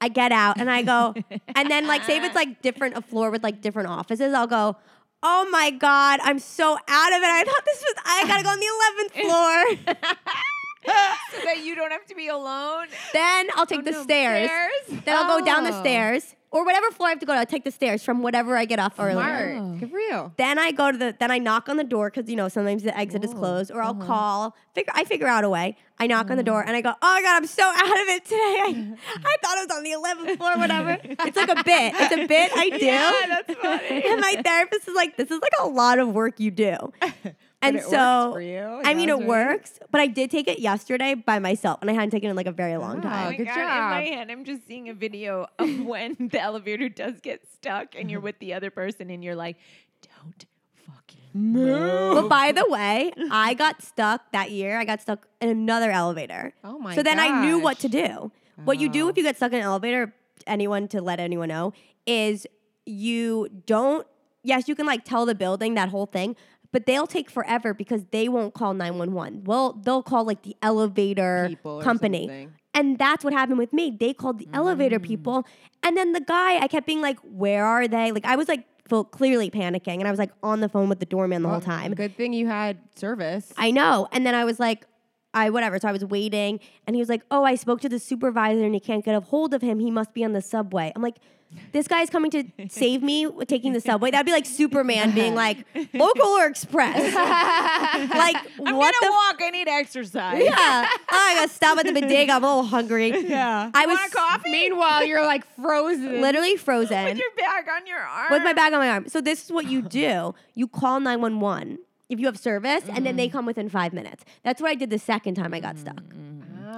Speaker 4: I get out and I go, and then like say if it's like different a floor with like different offices, I'll go, oh my god, I'm so out of it. I thought this was I gotta go on the eleventh floor.
Speaker 5: So that you don't have to be alone.
Speaker 4: then I'll take the stairs.
Speaker 5: stairs?
Speaker 4: Then I'll go down the
Speaker 3: Oh.
Speaker 4: stairs or whatever floor I have to go to. I'll take the stairs from whatever I get off earlier.
Speaker 3: Smart. Good for you.
Speaker 4: Then I go to the then I knock on the door because you know sometimes the exit is closed, or I'll call. Figure I figure out a way. I knock on the door and I go, oh my god, I'm so out of it today. I, I thought it was on the eleventh floor, whatever. it's like a bit. It's a bit I do.
Speaker 3: that's funny.
Speaker 4: and my therapist is like, this is like a lot of work you do. And
Speaker 3: it works
Speaker 4: so,
Speaker 3: for you,
Speaker 4: I mean, it
Speaker 3: that's right.
Speaker 4: works, but I did take it yesterday by myself, and I hadn't taken it in like a very long
Speaker 5: Oh
Speaker 4: time.
Speaker 5: my
Speaker 3: Good
Speaker 5: God,
Speaker 3: job.
Speaker 5: In my head, I'm just seeing a video of when the elevator does get stuck and you're with the other person and you're like, don't fucking move.
Speaker 4: But by the way, I got stuck that year. I got stuck in another elevator.
Speaker 3: Oh my
Speaker 4: So then I knew what
Speaker 3: gosh. Oh.
Speaker 4: to do. What you do if you get stuck in an elevator, anyone to let anyone know, is you don't yes, you can like tell the building that whole thing, but they'll take forever because they won't call 911. Well, they'll call like the elevator
Speaker 3: People or
Speaker 4: company.
Speaker 3: something. Mm.
Speaker 4: And that's what happened with me. They called the elevator people. And then the guy, I kept being like, where are they? Like, I was like, felt clearly panicking. And I was like on the phone with the doorman the whole time.
Speaker 3: Good thing you had service.
Speaker 4: I know. And then I was like, I whatever. So I was waiting, and he was like, "Oh, I spoke to the supervisor, and you can't get a hold of him. He must be on the subway." I'm like, "This guy's coming to save me, w- taking the subway. That'd be like Superman being like, local or express. like
Speaker 5: I'm
Speaker 4: what
Speaker 5: gonna
Speaker 4: the." f-
Speaker 5: walk. I need exercise.
Speaker 4: yeah, oh, I gotta stop at the bodega. I'm a little hungry.
Speaker 5: Yeah.
Speaker 4: I was
Speaker 5: Want a coffee?
Speaker 3: Meanwhile, you're like frozen.
Speaker 4: literally frozen.
Speaker 5: With your bag on your arm.
Speaker 4: with my bag on my arm. So this is what you do: you call nine one one if you have service, and
Speaker 5: Mm.
Speaker 4: then they come within five minutes. That's what I did the second time I got stuck.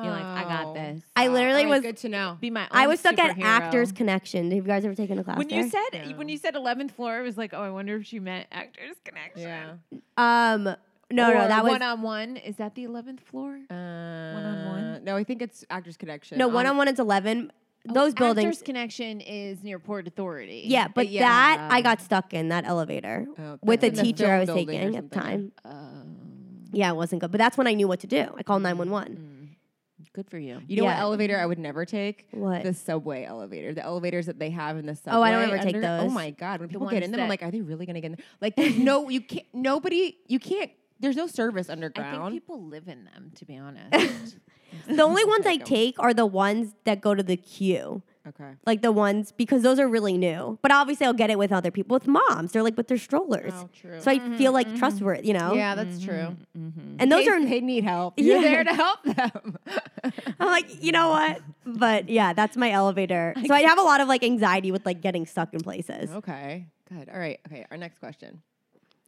Speaker 5: You're like, I got this.
Speaker 4: Oh. I literally
Speaker 3: All right,
Speaker 4: was.
Speaker 3: good to know.
Speaker 5: Oh. Be my. Own
Speaker 4: I was stuck at
Speaker 5: superhero.
Speaker 4: Actors Connection. Have you guys ever taken a class
Speaker 5: When
Speaker 4: there?
Speaker 5: you said when you said eleventh floor, it was like, oh, I wonder if she meant Actors Connection.
Speaker 3: Yeah.
Speaker 4: um, no, no, that was
Speaker 5: one on one. Is that the eleventh floor?
Speaker 3: Uh, No, I think it's Actors Connection. Um,
Speaker 4: no
Speaker 3: On-
Speaker 4: one on one. It's eleven.
Speaker 3: Oh,
Speaker 4: Those buildings.
Speaker 5: Actors Connection is near Port Authority.
Speaker 4: yeah, but
Speaker 3: yeah.
Speaker 4: that I got stuck in that elevator
Speaker 3: Oh,
Speaker 4: with a
Speaker 3: that's in the
Speaker 4: teacher
Speaker 3: film
Speaker 4: I was
Speaker 3: building or
Speaker 4: taking at the
Speaker 3: something. Oh.
Speaker 4: time. yeah, it wasn't good, but that's when I knew what to do. I
Speaker 3: Mm.
Speaker 4: called nine one one.
Speaker 5: Good for you.
Speaker 3: You know what
Speaker 4: Yeah.
Speaker 3: elevator I would never take?
Speaker 4: What?
Speaker 3: The subway elevator. The elevators that they have in the subway.
Speaker 4: Oh, I don't ever take
Speaker 3: Oh
Speaker 4: those.
Speaker 3: my god! When people get
Speaker 5: ones
Speaker 3: in them, I'm
Speaker 5: that-
Speaker 3: like, are they really gonna get in? There? Like, there's no, you can't. Nobody, you can't. There's no service
Speaker 5: I think
Speaker 3: underground.
Speaker 5: people live in them, to be honest.
Speaker 3: Mm.
Speaker 4: The only ones I take are the ones that go to the queue.
Speaker 3: okay.
Speaker 4: Like the ones because those are really new. But obviously, I'll get it with other people, with moms. They're like with their strollers,
Speaker 3: Oh, true. Mm-hmm.
Speaker 4: so I feel like trustworthy, you know.
Speaker 3: yeah, that's true.
Speaker 4: And those
Speaker 3: They-
Speaker 4: are
Speaker 3: they need help. You're
Speaker 4: Yeah.
Speaker 3: there to help them.
Speaker 4: I'm like, you know what? But yeah, that's my elevator. So I have a lot of like anxiety with like getting stuck in places.
Speaker 3: okay. Good. All right. Okay. Our next question.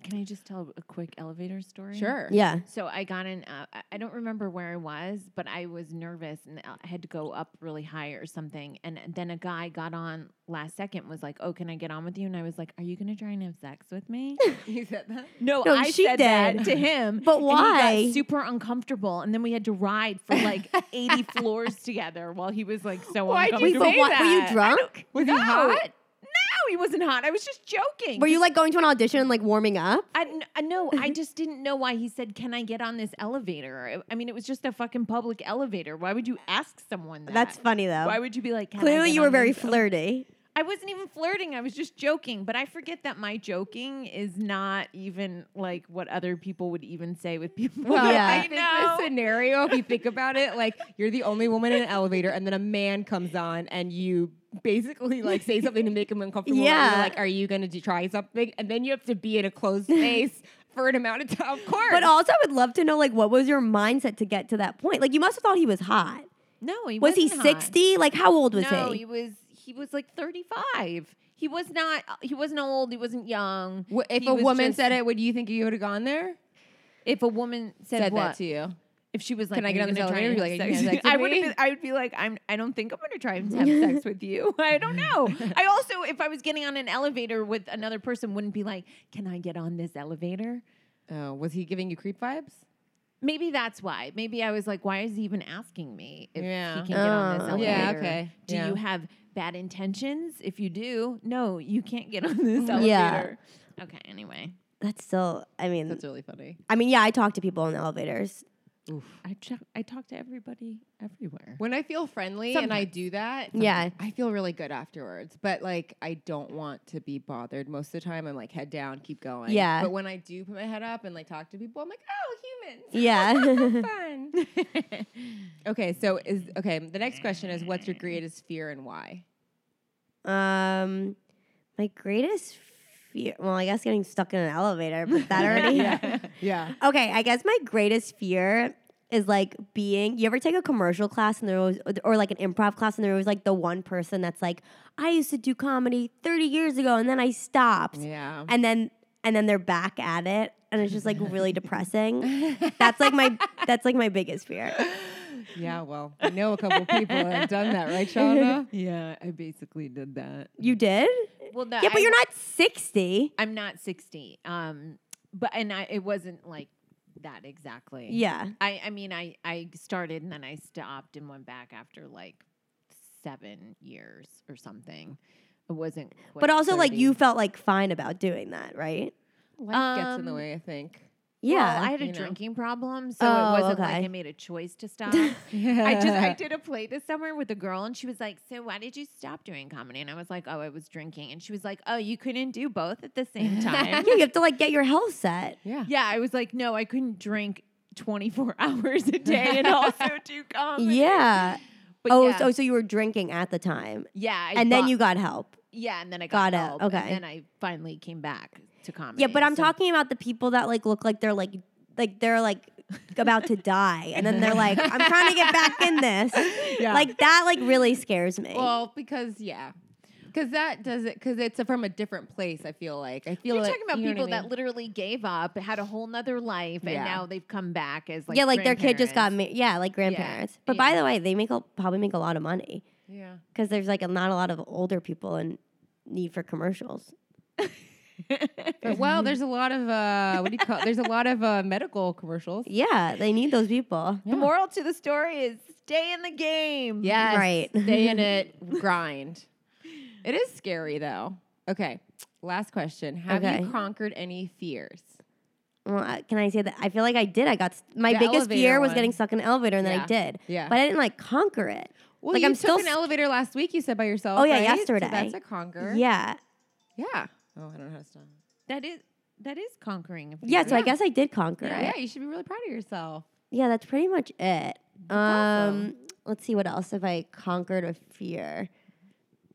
Speaker 5: Can I just tell a quick elevator story?
Speaker 3: Sure.
Speaker 4: Yeah.
Speaker 5: So I got in. Uh, I- I don't remember where I was, but I was nervous and I had to go up really high or something. And then a guy got on last second, was like, "Oh, can I get on with you?" And I was like, "Are you gonna try and have sex with me?"
Speaker 3: You said that.
Speaker 5: No,
Speaker 4: No,
Speaker 5: I
Speaker 4: she
Speaker 5: said that
Speaker 4: did.
Speaker 5: to him.
Speaker 4: But
Speaker 5: and he
Speaker 4: why?
Speaker 5: got super uncomfortable, and then we had to ride for like eighty floors together while he was like so
Speaker 3: Why'd you
Speaker 4: Wait,
Speaker 5: uncomfortable.
Speaker 4: but
Speaker 3: say
Speaker 4: what? Were you
Speaker 3: that.
Speaker 4: drunk?
Speaker 3: Was
Speaker 5: no,
Speaker 3: he hot?
Speaker 5: No, he wasn't hot. I was just joking.
Speaker 4: Were you like going to an audition and like warming up?
Speaker 5: I, n- I know. I just didn't know why he said, "Can I get on this elevator?" I I mean, it was just a fucking public elevator. Why would you ask someone that?
Speaker 4: That's funny though.
Speaker 5: Why would you be like? "Can I
Speaker 4: Clearly,
Speaker 5: get
Speaker 4: you were
Speaker 5: on
Speaker 4: very
Speaker 5: this el-"
Speaker 4: flirty.
Speaker 5: I wasn't even flirting. I was just joking. But I forget that my joking is not even like what other people would even say with people.
Speaker 3: Well,
Speaker 4: Yeah.
Speaker 3: I
Speaker 5: I
Speaker 3: think this
Speaker 5: know.
Speaker 3: scenario, if you think about it, like you're the only woman in an elevator, and then a man comes on, and you basically like say something to make him uncomfortable. and
Speaker 4: Yeah.
Speaker 3: you're like, are you going to try something? And then you have to be in a closed space for an amount of time. Of course.
Speaker 4: But also, I would love to know like what was your mindset to get to that point? Like you must have thought he was hot.
Speaker 5: No, he
Speaker 4: Was he
Speaker 5: wasn't hot.
Speaker 4: sixty? Like how old was
Speaker 5: No,
Speaker 4: he?
Speaker 5: he was. He was like thirty-five. He was not. He wasn't old. He wasn't young.
Speaker 3: Wh- if
Speaker 5: He
Speaker 3: a
Speaker 5: was
Speaker 3: woman
Speaker 5: just-
Speaker 3: said it, would you think you would have gone there?
Speaker 5: if a woman said,
Speaker 3: Said
Speaker 5: what
Speaker 3: that to you.
Speaker 5: if she was like,
Speaker 3: Can I
Speaker 5: "Are
Speaker 3: get
Speaker 5: you
Speaker 3: on this
Speaker 5: gonna try
Speaker 3: elevator?"
Speaker 5: and
Speaker 3: You'd be
Speaker 5: have
Speaker 3: like, "Are you gonna have sex
Speaker 5: sex
Speaker 3: with
Speaker 5: I would
Speaker 3: me?"
Speaker 5: have. I would be like, "I'm. I don't think I'm gonna try and have sex with you. I don't know. I also, if I was getting on an elevator with another person, wouldn't be like, "Can I get on this elevator?"
Speaker 3: Oh, was he giving you creep vibes?
Speaker 5: Maybe that's why. Maybe I was like, "Why is he even asking me if
Speaker 3: Yeah.
Speaker 5: he can get on this
Speaker 4: Oh.
Speaker 5: elevator?"
Speaker 3: Yeah, okay.
Speaker 5: Do
Speaker 3: Yeah.
Speaker 5: you have bad intentions? If you do, no, you can't get on this
Speaker 4: Yeah.
Speaker 5: elevator. Okay. Anyway,
Speaker 4: That's still. I mean,
Speaker 3: That's really funny.
Speaker 4: I mean, yeah, I talk to people in elevators.
Speaker 5: I check. I talk to everybody everywhere.
Speaker 3: When I feel friendly and I do that,
Speaker 4: Yeah.
Speaker 3: I feel really good afterwards. But like, I don't want to be bothered most of the time. I'm like head down, keep going.
Speaker 4: Yeah.
Speaker 3: But when I do put my head up and like talk to people, I'm like, oh,
Speaker 4: Yeah.
Speaker 3: humans, fun. okay, so is okay. The next question is, what's your greatest fear and why?
Speaker 4: Um, my greatest fear. Well, I guess getting stuck in an elevator, but that already.
Speaker 3: Yeah.
Speaker 4: Okay, I guess my greatest fear is like being. You ever take a commercial class and there was, or like an improv class, and there was like the one person that's like, I used to do comedy 30 years ago, and then I stopped,
Speaker 3: Yeah.
Speaker 4: and then and then they're back at it, and it's just like really depressing. That's like my that's like my biggest fear.
Speaker 3: Yeah, well, I know a couple people that have done that, right, Shauna?
Speaker 5: Yeah, I basically did that.
Speaker 4: You did?
Speaker 5: Well, no,
Speaker 4: Yeah, but
Speaker 5: I-
Speaker 4: you're not 60.
Speaker 5: I'm not 60. Um, but and I it wasn't like that exactly.
Speaker 4: Yeah.
Speaker 5: I I mean I I started and then I stopped and went back after like seven years or something. It wasn't. quite
Speaker 4: But also, like,
Speaker 5: 30.
Speaker 4: you felt like fine about doing that, right?
Speaker 3: Life gets in the
Speaker 5: Um,
Speaker 3: way, I think.
Speaker 4: Yeah.
Speaker 5: Well, I had a
Speaker 3: you know.
Speaker 5: drinking problem, so
Speaker 4: Oh,
Speaker 5: it wasn't like
Speaker 4: okay.
Speaker 5: I made a choice to stop. I just I did a play this summer with a girl, and she was like, "So why did you stop doing comedy?" And I was like, "Oh, I was drinking." And she was like, "Oh, you couldn't do both at the same time."
Speaker 4: yeah, you have to, like, get your health set.
Speaker 3: Yeah.
Speaker 5: Yeah, I was like, no, I couldn't drink 24 hours a day and also do comedy.
Speaker 4: Yeah.
Speaker 5: But
Speaker 4: Oh,
Speaker 5: yeah,
Speaker 4: So, so you were drinking at the time.
Speaker 5: yeah. I
Speaker 4: and then
Speaker 5: bought-
Speaker 4: you got help.
Speaker 5: yeah, and then I got,
Speaker 4: got it,
Speaker 5: help, and
Speaker 4: okay.
Speaker 5: then I finally came back to comedy.
Speaker 4: Yeah, but I'm
Speaker 5: so-
Speaker 4: talking about the people that like look like they're like like they're like about to die and then they're like I'm trying to get back in this.
Speaker 3: Yeah.
Speaker 4: Like that like really scares me.
Speaker 3: Well, because yeah, because that does it. Because it's from a different place. I feel like I feel
Speaker 5: You're
Speaker 3: like
Speaker 5: talking about
Speaker 3: you know
Speaker 5: people
Speaker 3: what I
Speaker 5: that
Speaker 3: mean?
Speaker 5: literally gave up, had a whole nother life,
Speaker 3: Yeah.
Speaker 5: and now they've come back as like
Speaker 4: yeah, like their kid just got
Speaker 5: grandparents.
Speaker 4: married. Yeah, like grandparents. But by the way, they make a, probably make a lot of money
Speaker 3: yeah.
Speaker 4: because there's like a, not a lot of older people in need for commercials.
Speaker 3: But, well, there's a lot of uh, what do you call? There's a lot of uh, medical commercials.
Speaker 4: Yeah, they need those people.
Speaker 5: The moral to the story is stay in the game.
Speaker 3: Yes,
Speaker 4: Right.
Speaker 3: Stay in it. grind. It is scary though. Okay. Last question: Have you
Speaker 4: Okay.
Speaker 3: conquered any fears?
Speaker 4: Well, I- can I say that? I feel like I did. I got s- my
Speaker 3: The
Speaker 4: biggest fear
Speaker 3: elevator
Speaker 4: was
Speaker 3: one.
Speaker 4: getting stuck in an elevator, and then
Speaker 3: Yeah.
Speaker 4: I did.
Speaker 3: Yeah.
Speaker 4: but I didn't like conquer it.
Speaker 3: Well,
Speaker 4: like
Speaker 3: you
Speaker 4: I'm
Speaker 3: took
Speaker 4: still
Speaker 3: an
Speaker 4: sc-
Speaker 3: elevator last week. You said by yourself.
Speaker 4: Oh, yeah,
Speaker 3: right? So
Speaker 4: yesterday.
Speaker 3: that's a conquer.
Speaker 4: Yeah,
Speaker 3: Yeah. Oh, I don't know how to stop.
Speaker 5: That is that is conquering. a fear.
Speaker 4: yeah. So I guess I did conquer
Speaker 3: Yeah,
Speaker 4: it.
Speaker 3: yeah, you should be really proud of yourself.
Speaker 4: Yeah, that's pretty much it.
Speaker 3: awesome.
Speaker 4: Um, let's see what else have I conquered a fear.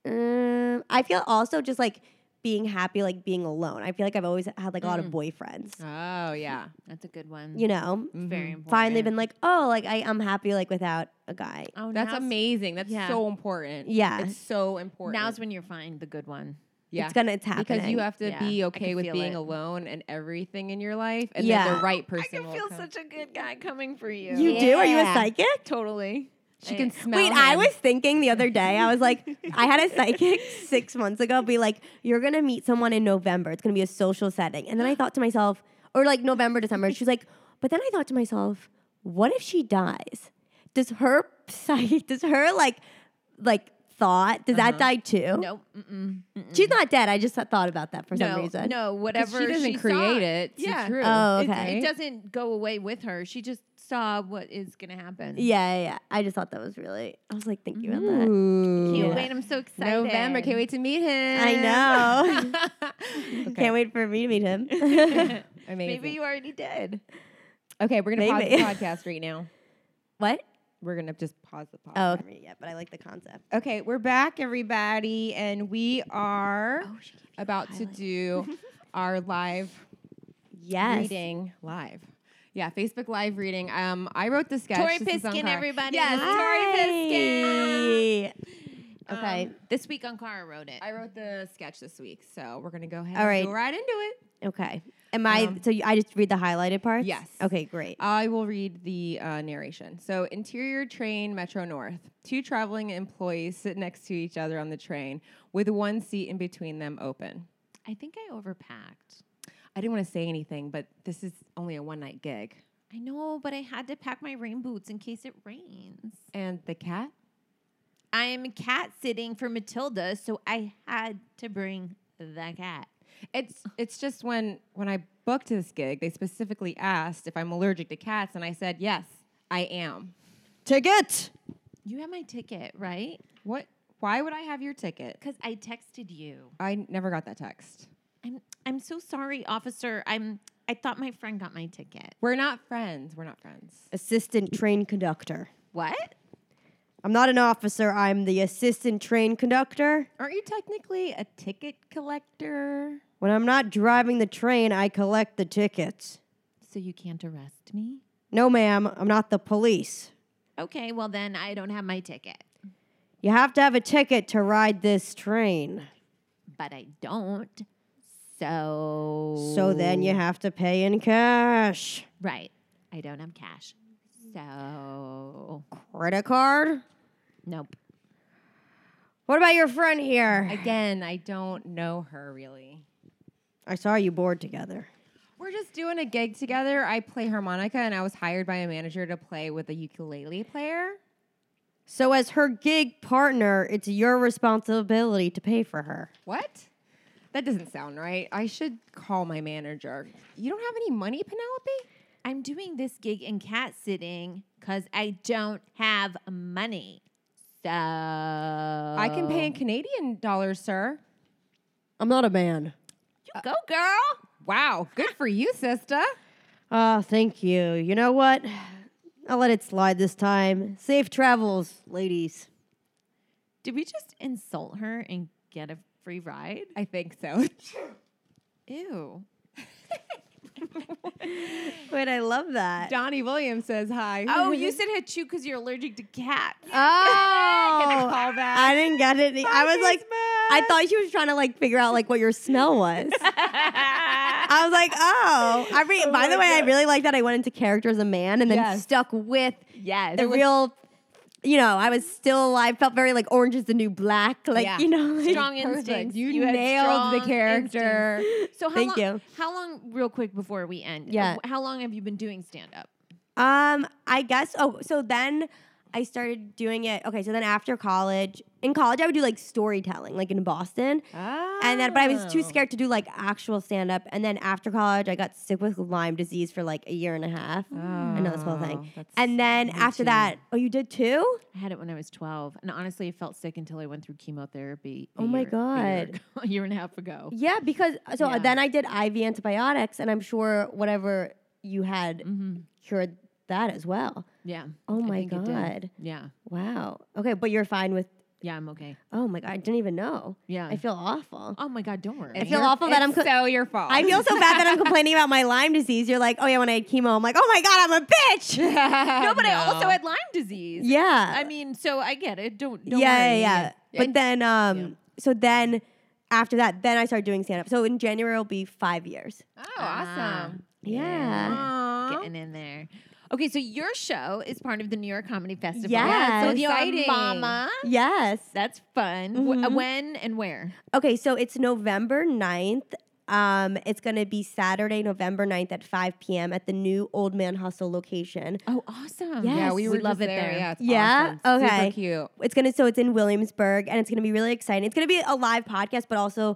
Speaker 4: Um, I feel also just like being happy, like being alone. I feel like I've always had like a lot
Speaker 3: Mm-hmm.
Speaker 4: of boyfriends.
Speaker 3: Oh yeah.
Speaker 5: that's a good one.
Speaker 4: You know,
Speaker 3: Mm-hmm.
Speaker 5: It's very important.
Speaker 4: finally been like, oh, like I, I'm happy like without a guy.
Speaker 5: Oh,
Speaker 3: That's
Speaker 5: now's-
Speaker 3: amazing. That's
Speaker 5: Yeah.
Speaker 3: so important.
Speaker 4: Yeah.
Speaker 3: It's so important.
Speaker 5: Now's when you find the good one.
Speaker 3: yeah.
Speaker 4: It's gonna, it's happening.
Speaker 3: because you have to
Speaker 5: Yeah,
Speaker 3: be
Speaker 5: I
Speaker 3: okay
Speaker 5: can
Speaker 3: with
Speaker 5: feel
Speaker 3: being
Speaker 5: it.
Speaker 3: alone and everything in your life, and then
Speaker 4: Yeah.
Speaker 3: the right person. will come.
Speaker 5: a good guy coming for you.
Speaker 4: You do? Are you a
Speaker 5: Yeah.
Speaker 4: psychic?
Speaker 5: Totally.
Speaker 3: She can smell.
Speaker 4: Wait, I
Speaker 3: him.
Speaker 4: was thinking the other day, I was like, I had a psychic six months ago be like, you're going to meet someone in November. It's going to be a social setting. And then I thought to myself, or like November, December, she's like, but then I thought to myself, what if she dies? Does her psych, does her like, like thought, does that die too?
Speaker 5: No, mm-mm.
Speaker 4: She's not dead. I just thought about that for some
Speaker 5: no,
Speaker 4: reason.
Speaker 5: no.
Speaker 3: 'Cause
Speaker 5: Whatever
Speaker 3: She doesn't
Speaker 5: saw.
Speaker 3: create it. It's
Speaker 5: Yeah.
Speaker 3: true.
Speaker 4: Oh,
Speaker 5: It's-
Speaker 4: okay.
Speaker 5: It doesn't go away with her. She just saw what is going to happen.
Speaker 4: Yeah, yeah, yeah. I just thought that was really, I was like thinking about that.
Speaker 3: Ooh.
Speaker 5: Can't
Speaker 4: Yeah.
Speaker 5: wait. I'm so excited.
Speaker 3: November. Can't wait to meet him.
Speaker 4: I know. Can't wait for me to meet him.
Speaker 3: Amazing.
Speaker 5: Maybe you already did.
Speaker 3: okay, we're gonna
Speaker 4: Maybe.
Speaker 3: pause the podcast right now.
Speaker 4: what?
Speaker 3: We're gonna just pause the podcast.
Speaker 4: Oh, okay. yeah, but I like the concept.
Speaker 3: Okay, we're back, everybody, and we are about to do our live
Speaker 4: Yes.
Speaker 3: reading live. Yeah, Facebook live reading. Um, I wrote the sketch.
Speaker 5: Tori
Speaker 3: This is on
Speaker 5: Piskin,
Speaker 3: Car-
Speaker 5: everybody.
Speaker 3: Yes,
Speaker 4: Hi.
Speaker 5: Um,
Speaker 4: Okay.
Speaker 5: this week on Cara wrote it.
Speaker 3: I wrote the sketch this week, so we're gonna go ahead.
Speaker 4: All
Speaker 3: and
Speaker 4: right.
Speaker 3: go right into it.
Speaker 4: okay. Am I?
Speaker 3: Um,
Speaker 4: so you, I just read the highlighted parts.
Speaker 3: Yes.
Speaker 4: Okay. Great.
Speaker 3: I will read the uh, narration. So, interior train, Metro North. Two traveling employees sit next to each other on the train, with one seat in between them open.
Speaker 5: I think I overpacked.
Speaker 3: I didn't want to say anything, but this is only a one night gig.
Speaker 5: I know, but I had to pack my rain boots in case it rains.
Speaker 3: And the cat?
Speaker 5: I am cat sitting for Matilda, so I had to bring the cat.
Speaker 3: It's it's just when when I booked this gig, they specifically asked if I'm allergic to cats, and I said yes, I am.
Speaker 4: Ticket.
Speaker 5: You have my ticket, right?
Speaker 3: What? Why would I have your ticket?
Speaker 5: Because I texted you.
Speaker 3: I never got that text.
Speaker 5: I'm I'm so sorry, officer. I'm I thought my friend got my ticket.
Speaker 3: We're not friends. We're not friends.
Speaker 4: Assistant train conductor.
Speaker 5: What?
Speaker 4: I'm not an officer. I'm the assistant train conductor.
Speaker 3: Aren't you technically a ticket collector?
Speaker 4: When I'm not driving the train, I collect the tickets.
Speaker 5: So you can't arrest me?
Speaker 4: No, ma'am. I'm not the police.
Speaker 5: Okay, well then I don't have my ticket.
Speaker 4: You have to have a ticket to ride this train.
Speaker 5: But I don't. So
Speaker 4: So then you have to pay in cash.
Speaker 5: Right. I don't have cash.
Speaker 3: So
Speaker 4: Credit card?
Speaker 3: nope.
Speaker 4: What about your friend here? I,
Speaker 3: Again, I don't know her really.
Speaker 4: saw you bored together.
Speaker 3: We're just doing a gig together. I play harmonica, and I was hired by a manager to play with a ukulele player.
Speaker 4: So, as her gig partner, it's your responsibility to pay for her.
Speaker 3: What? That doesn't sound right. I should call my manager. You don't have any money, Penelope?
Speaker 5: I'm doing this gig in cat sitting because I don't have money. So I
Speaker 3: I can pay in Canadian dollars, sir. Uh,
Speaker 4: I'm not a man.
Speaker 5: Go, girl.
Speaker 3: Wow, good for you, sister.
Speaker 4: Oh, thank you. You know what? I'll let it slide this time. Safe travels, ladies.
Speaker 5: Did we just insult her and get a free ride?
Speaker 3: I think so.
Speaker 5: Ew.
Speaker 4: Wait, I love that.
Speaker 3: Donnie Williams says hi.
Speaker 5: Oh, you said hachoo because you're allergic to cats.
Speaker 4: Oh,
Speaker 5: call back.
Speaker 4: I didn't get it. I was like, I thought she was trying to like figure out like what your smell was. I was like, oh. I re- by the way, I really like that I went into character as a man and then
Speaker 3: Yes.
Speaker 4: stuck with
Speaker 5: Yes.
Speaker 4: the real. You know, I was still alive. Felt very like Orange is the New Black. Like
Speaker 3: Yeah.
Speaker 4: you know, like,
Speaker 5: strong
Speaker 3: Perfect.
Speaker 5: instincts.
Speaker 3: You,
Speaker 5: had
Speaker 3: nailed the
Speaker 5: strong
Speaker 3: character.
Speaker 5: instincts. So how
Speaker 4: Thank
Speaker 5: long,
Speaker 4: you.
Speaker 5: How long, real quick before we end? uh,
Speaker 4: Yeah.
Speaker 5: How long have you been doing stand up?
Speaker 4: Um, I guess. Oh, so then I started doing it. Okay, so then after college, in college, I would do like storytelling, like in Boston, and then but I was too
Speaker 3: Oh.
Speaker 4: scared to do like actual stand up. And then after college, I got sick with Lyme disease for like a year and a half. I know this whole
Speaker 3: Oh,
Speaker 4: thing.
Speaker 3: that's-
Speaker 4: And then
Speaker 3: me
Speaker 4: after
Speaker 3: too.
Speaker 4: that, oh, you did too?
Speaker 5: I had it when I was 12. And honestly, I felt sick until I went through chemotherapy. a
Speaker 4: Oh my
Speaker 5: year- A year,
Speaker 4: God.
Speaker 5: ago- a year and a half ago.
Speaker 4: Yeah, because so uh,
Speaker 5: Yeah.
Speaker 4: then I did IV antibiotics, and I'm sure whatever you had
Speaker 5: hmm
Speaker 4: cured that as well.
Speaker 5: Yeah.
Speaker 4: Oh
Speaker 5: I
Speaker 4: my
Speaker 5: think it did.
Speaker 4: god!
Speaker 5: Yeah.
Speaker 4: Wow. Okay, but you're fine with.
Speaker 5: Yeah, I'm okay.
Speaker 4: Oh my god! I didn't even know.
Speaker 5: Yeah.
Speaker 4: I feel awful.
Speaker 5: oh my God, don't worry.
Speaker 4: I feel awful that I'm.
Speaker 3: It's
Speaker 4: Co-
Speaker 3: so your fault.
Speaker 4: I feel so bad that I'm complaining about my Lyme disease. You're like, oh yeah, when I had chemo, I'm like, oh my god, I'm a bitch.
Speaker 5: no, but I also had Lyme disease.
Speaker 4: yeah.
Speaker 5: I mean, so I get it. Don't, don't
Speaker 4: yeah,
Speaker 5: worry.
Speaker 4: yeah, yeah. But then, um,
Speaker 5: Yeah.
Speaker 4: so then after that, then I started doing stand up. So in January, it'll be five years.
Speaker 3: Oh,
Speaker 5: Ah.
Speaker 3: awesome.
Speaker 4: Yeah.
Speaker 3: Aw.
Speaker 5: Getting in there. Okay, so your show is part of the New York Comedy Festival.
Speaker 4: Yeah,
Speaker 5: Oh, so
Speaker 4: so
Speaker 5: you're
Speaker 3: exciting.
Speaker 5: Mama. Mm-hmm.
Speaker 4: Yes.
Speaker 5: That's fun. Wh-
Speaker 4: Mhm.
Speaker 5: when and where?
Speaker 4: Okay, so it's November 9th. Um, it's going to be Saturday, November 9th at 5 p.m. at the new Old Man Hustle location.
Speaker 5: Oh, awesome.
Speaker 4: Yeah,
Speaker 3: Yeah,
Speaker 4: Yes,
Speaker 3: we
Speaker 5: we
Speaker 3: were
Speaker 5: love
Speaker 3: just
Speaker 5: it there.
Speaker 3: Yeah, it's
Speaker 4: Yeah?
Speaker 3: awesome.
Speaker 4: Okay.
Speaker 3: Super cute.
Speaker 4: It's gonna so it's in Williamsburg and it's gonna be really exciting. It's gonna be a live podcast, but also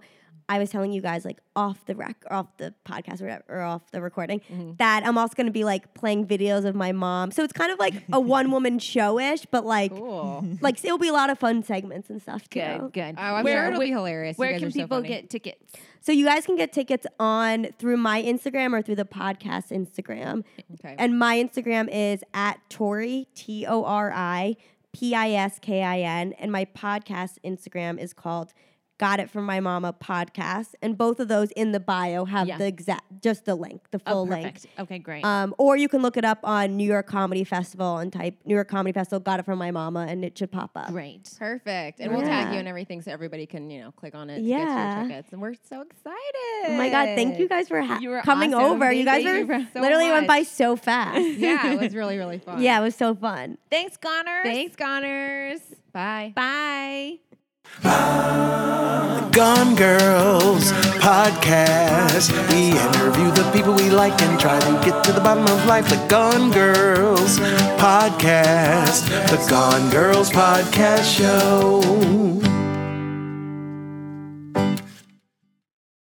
Speaker 4: I was telling you guys like off the rec or off the podcast or, whatever, or off the recording
Speaker 5: Mm-hmm.
Speaker 4: that I'm also gonna be like playing videos of my mom. So it's kind of like a one woman showish, but like
Speaker 3: Cool.
Speaker 4: like it'll be a lot of fun segments and stuff too.
Speaker 5: Good, good.
Speaker 3: Oh, I'm
Speaker 5: where
Speaker 3: sure it'll
Speaker 5: where-
Speaker 3: be hilarious. You
Speaker 5: where
Speaker 3: guys
Speaker 5: can
Speaker 3: are so
Speaker 5: people
Speaker 3: funny.
Speaker 5: get tickets?
Speaker 4: So you guys can get tickets on through my Instagram or through the podcast Instagram.
Speaker 3: Okay.
Speaker 4: And my Instagram is at Tori T O R I P I S K I N, and my podcast Instagram is called "Got It From My Mama" podcast. And both of those in the bio have
Speaker 5: Yeah.
Speaker 4: the exact, just the link, the full
Speaker 5: oh,
Speaker 4: link.
Speaker 5: perfect. Okay, great.
Speaker 4: Um, or you can look it up on New York Comedy Festival and type New York Comedy Festival "Got It From My Mama" and it should pop up.
Speaker 5: great.
Speaker 3: Perfect. And we'll tag
Speaker 4: Yeah.
Speaker 3: you and everything so everybody can, you know, click on it to get
Speaker 4: Yeah.
Speaker 3: your tickets. And we're so excited.
Speaker 4: Oh my God! Thank you guys for ha-
Speaker 3: You were
Speaker 4: coming
Speaker 3: awesome.
Speaker 4: over. You guys
Speaker 3: Thank
Speaker 4: were
Speaker 3: you so
Speaker 4: literally went by
Speaker 3: much.
Speaker 4: so fast.
Speaker 3: Yeah, it was really, really fun.
Speaker 4: yeah, it was so fun.
Speaker 5: Thanks, Connor.
Speaker 3: Thanks, Connors. Bye.
Speaker 5: Bye.
Speaker 1: Gone Girls podcast. We interview the people we like and try to get to the bottom of life. The Gone Girls podcast. The Gone Girls podcast show.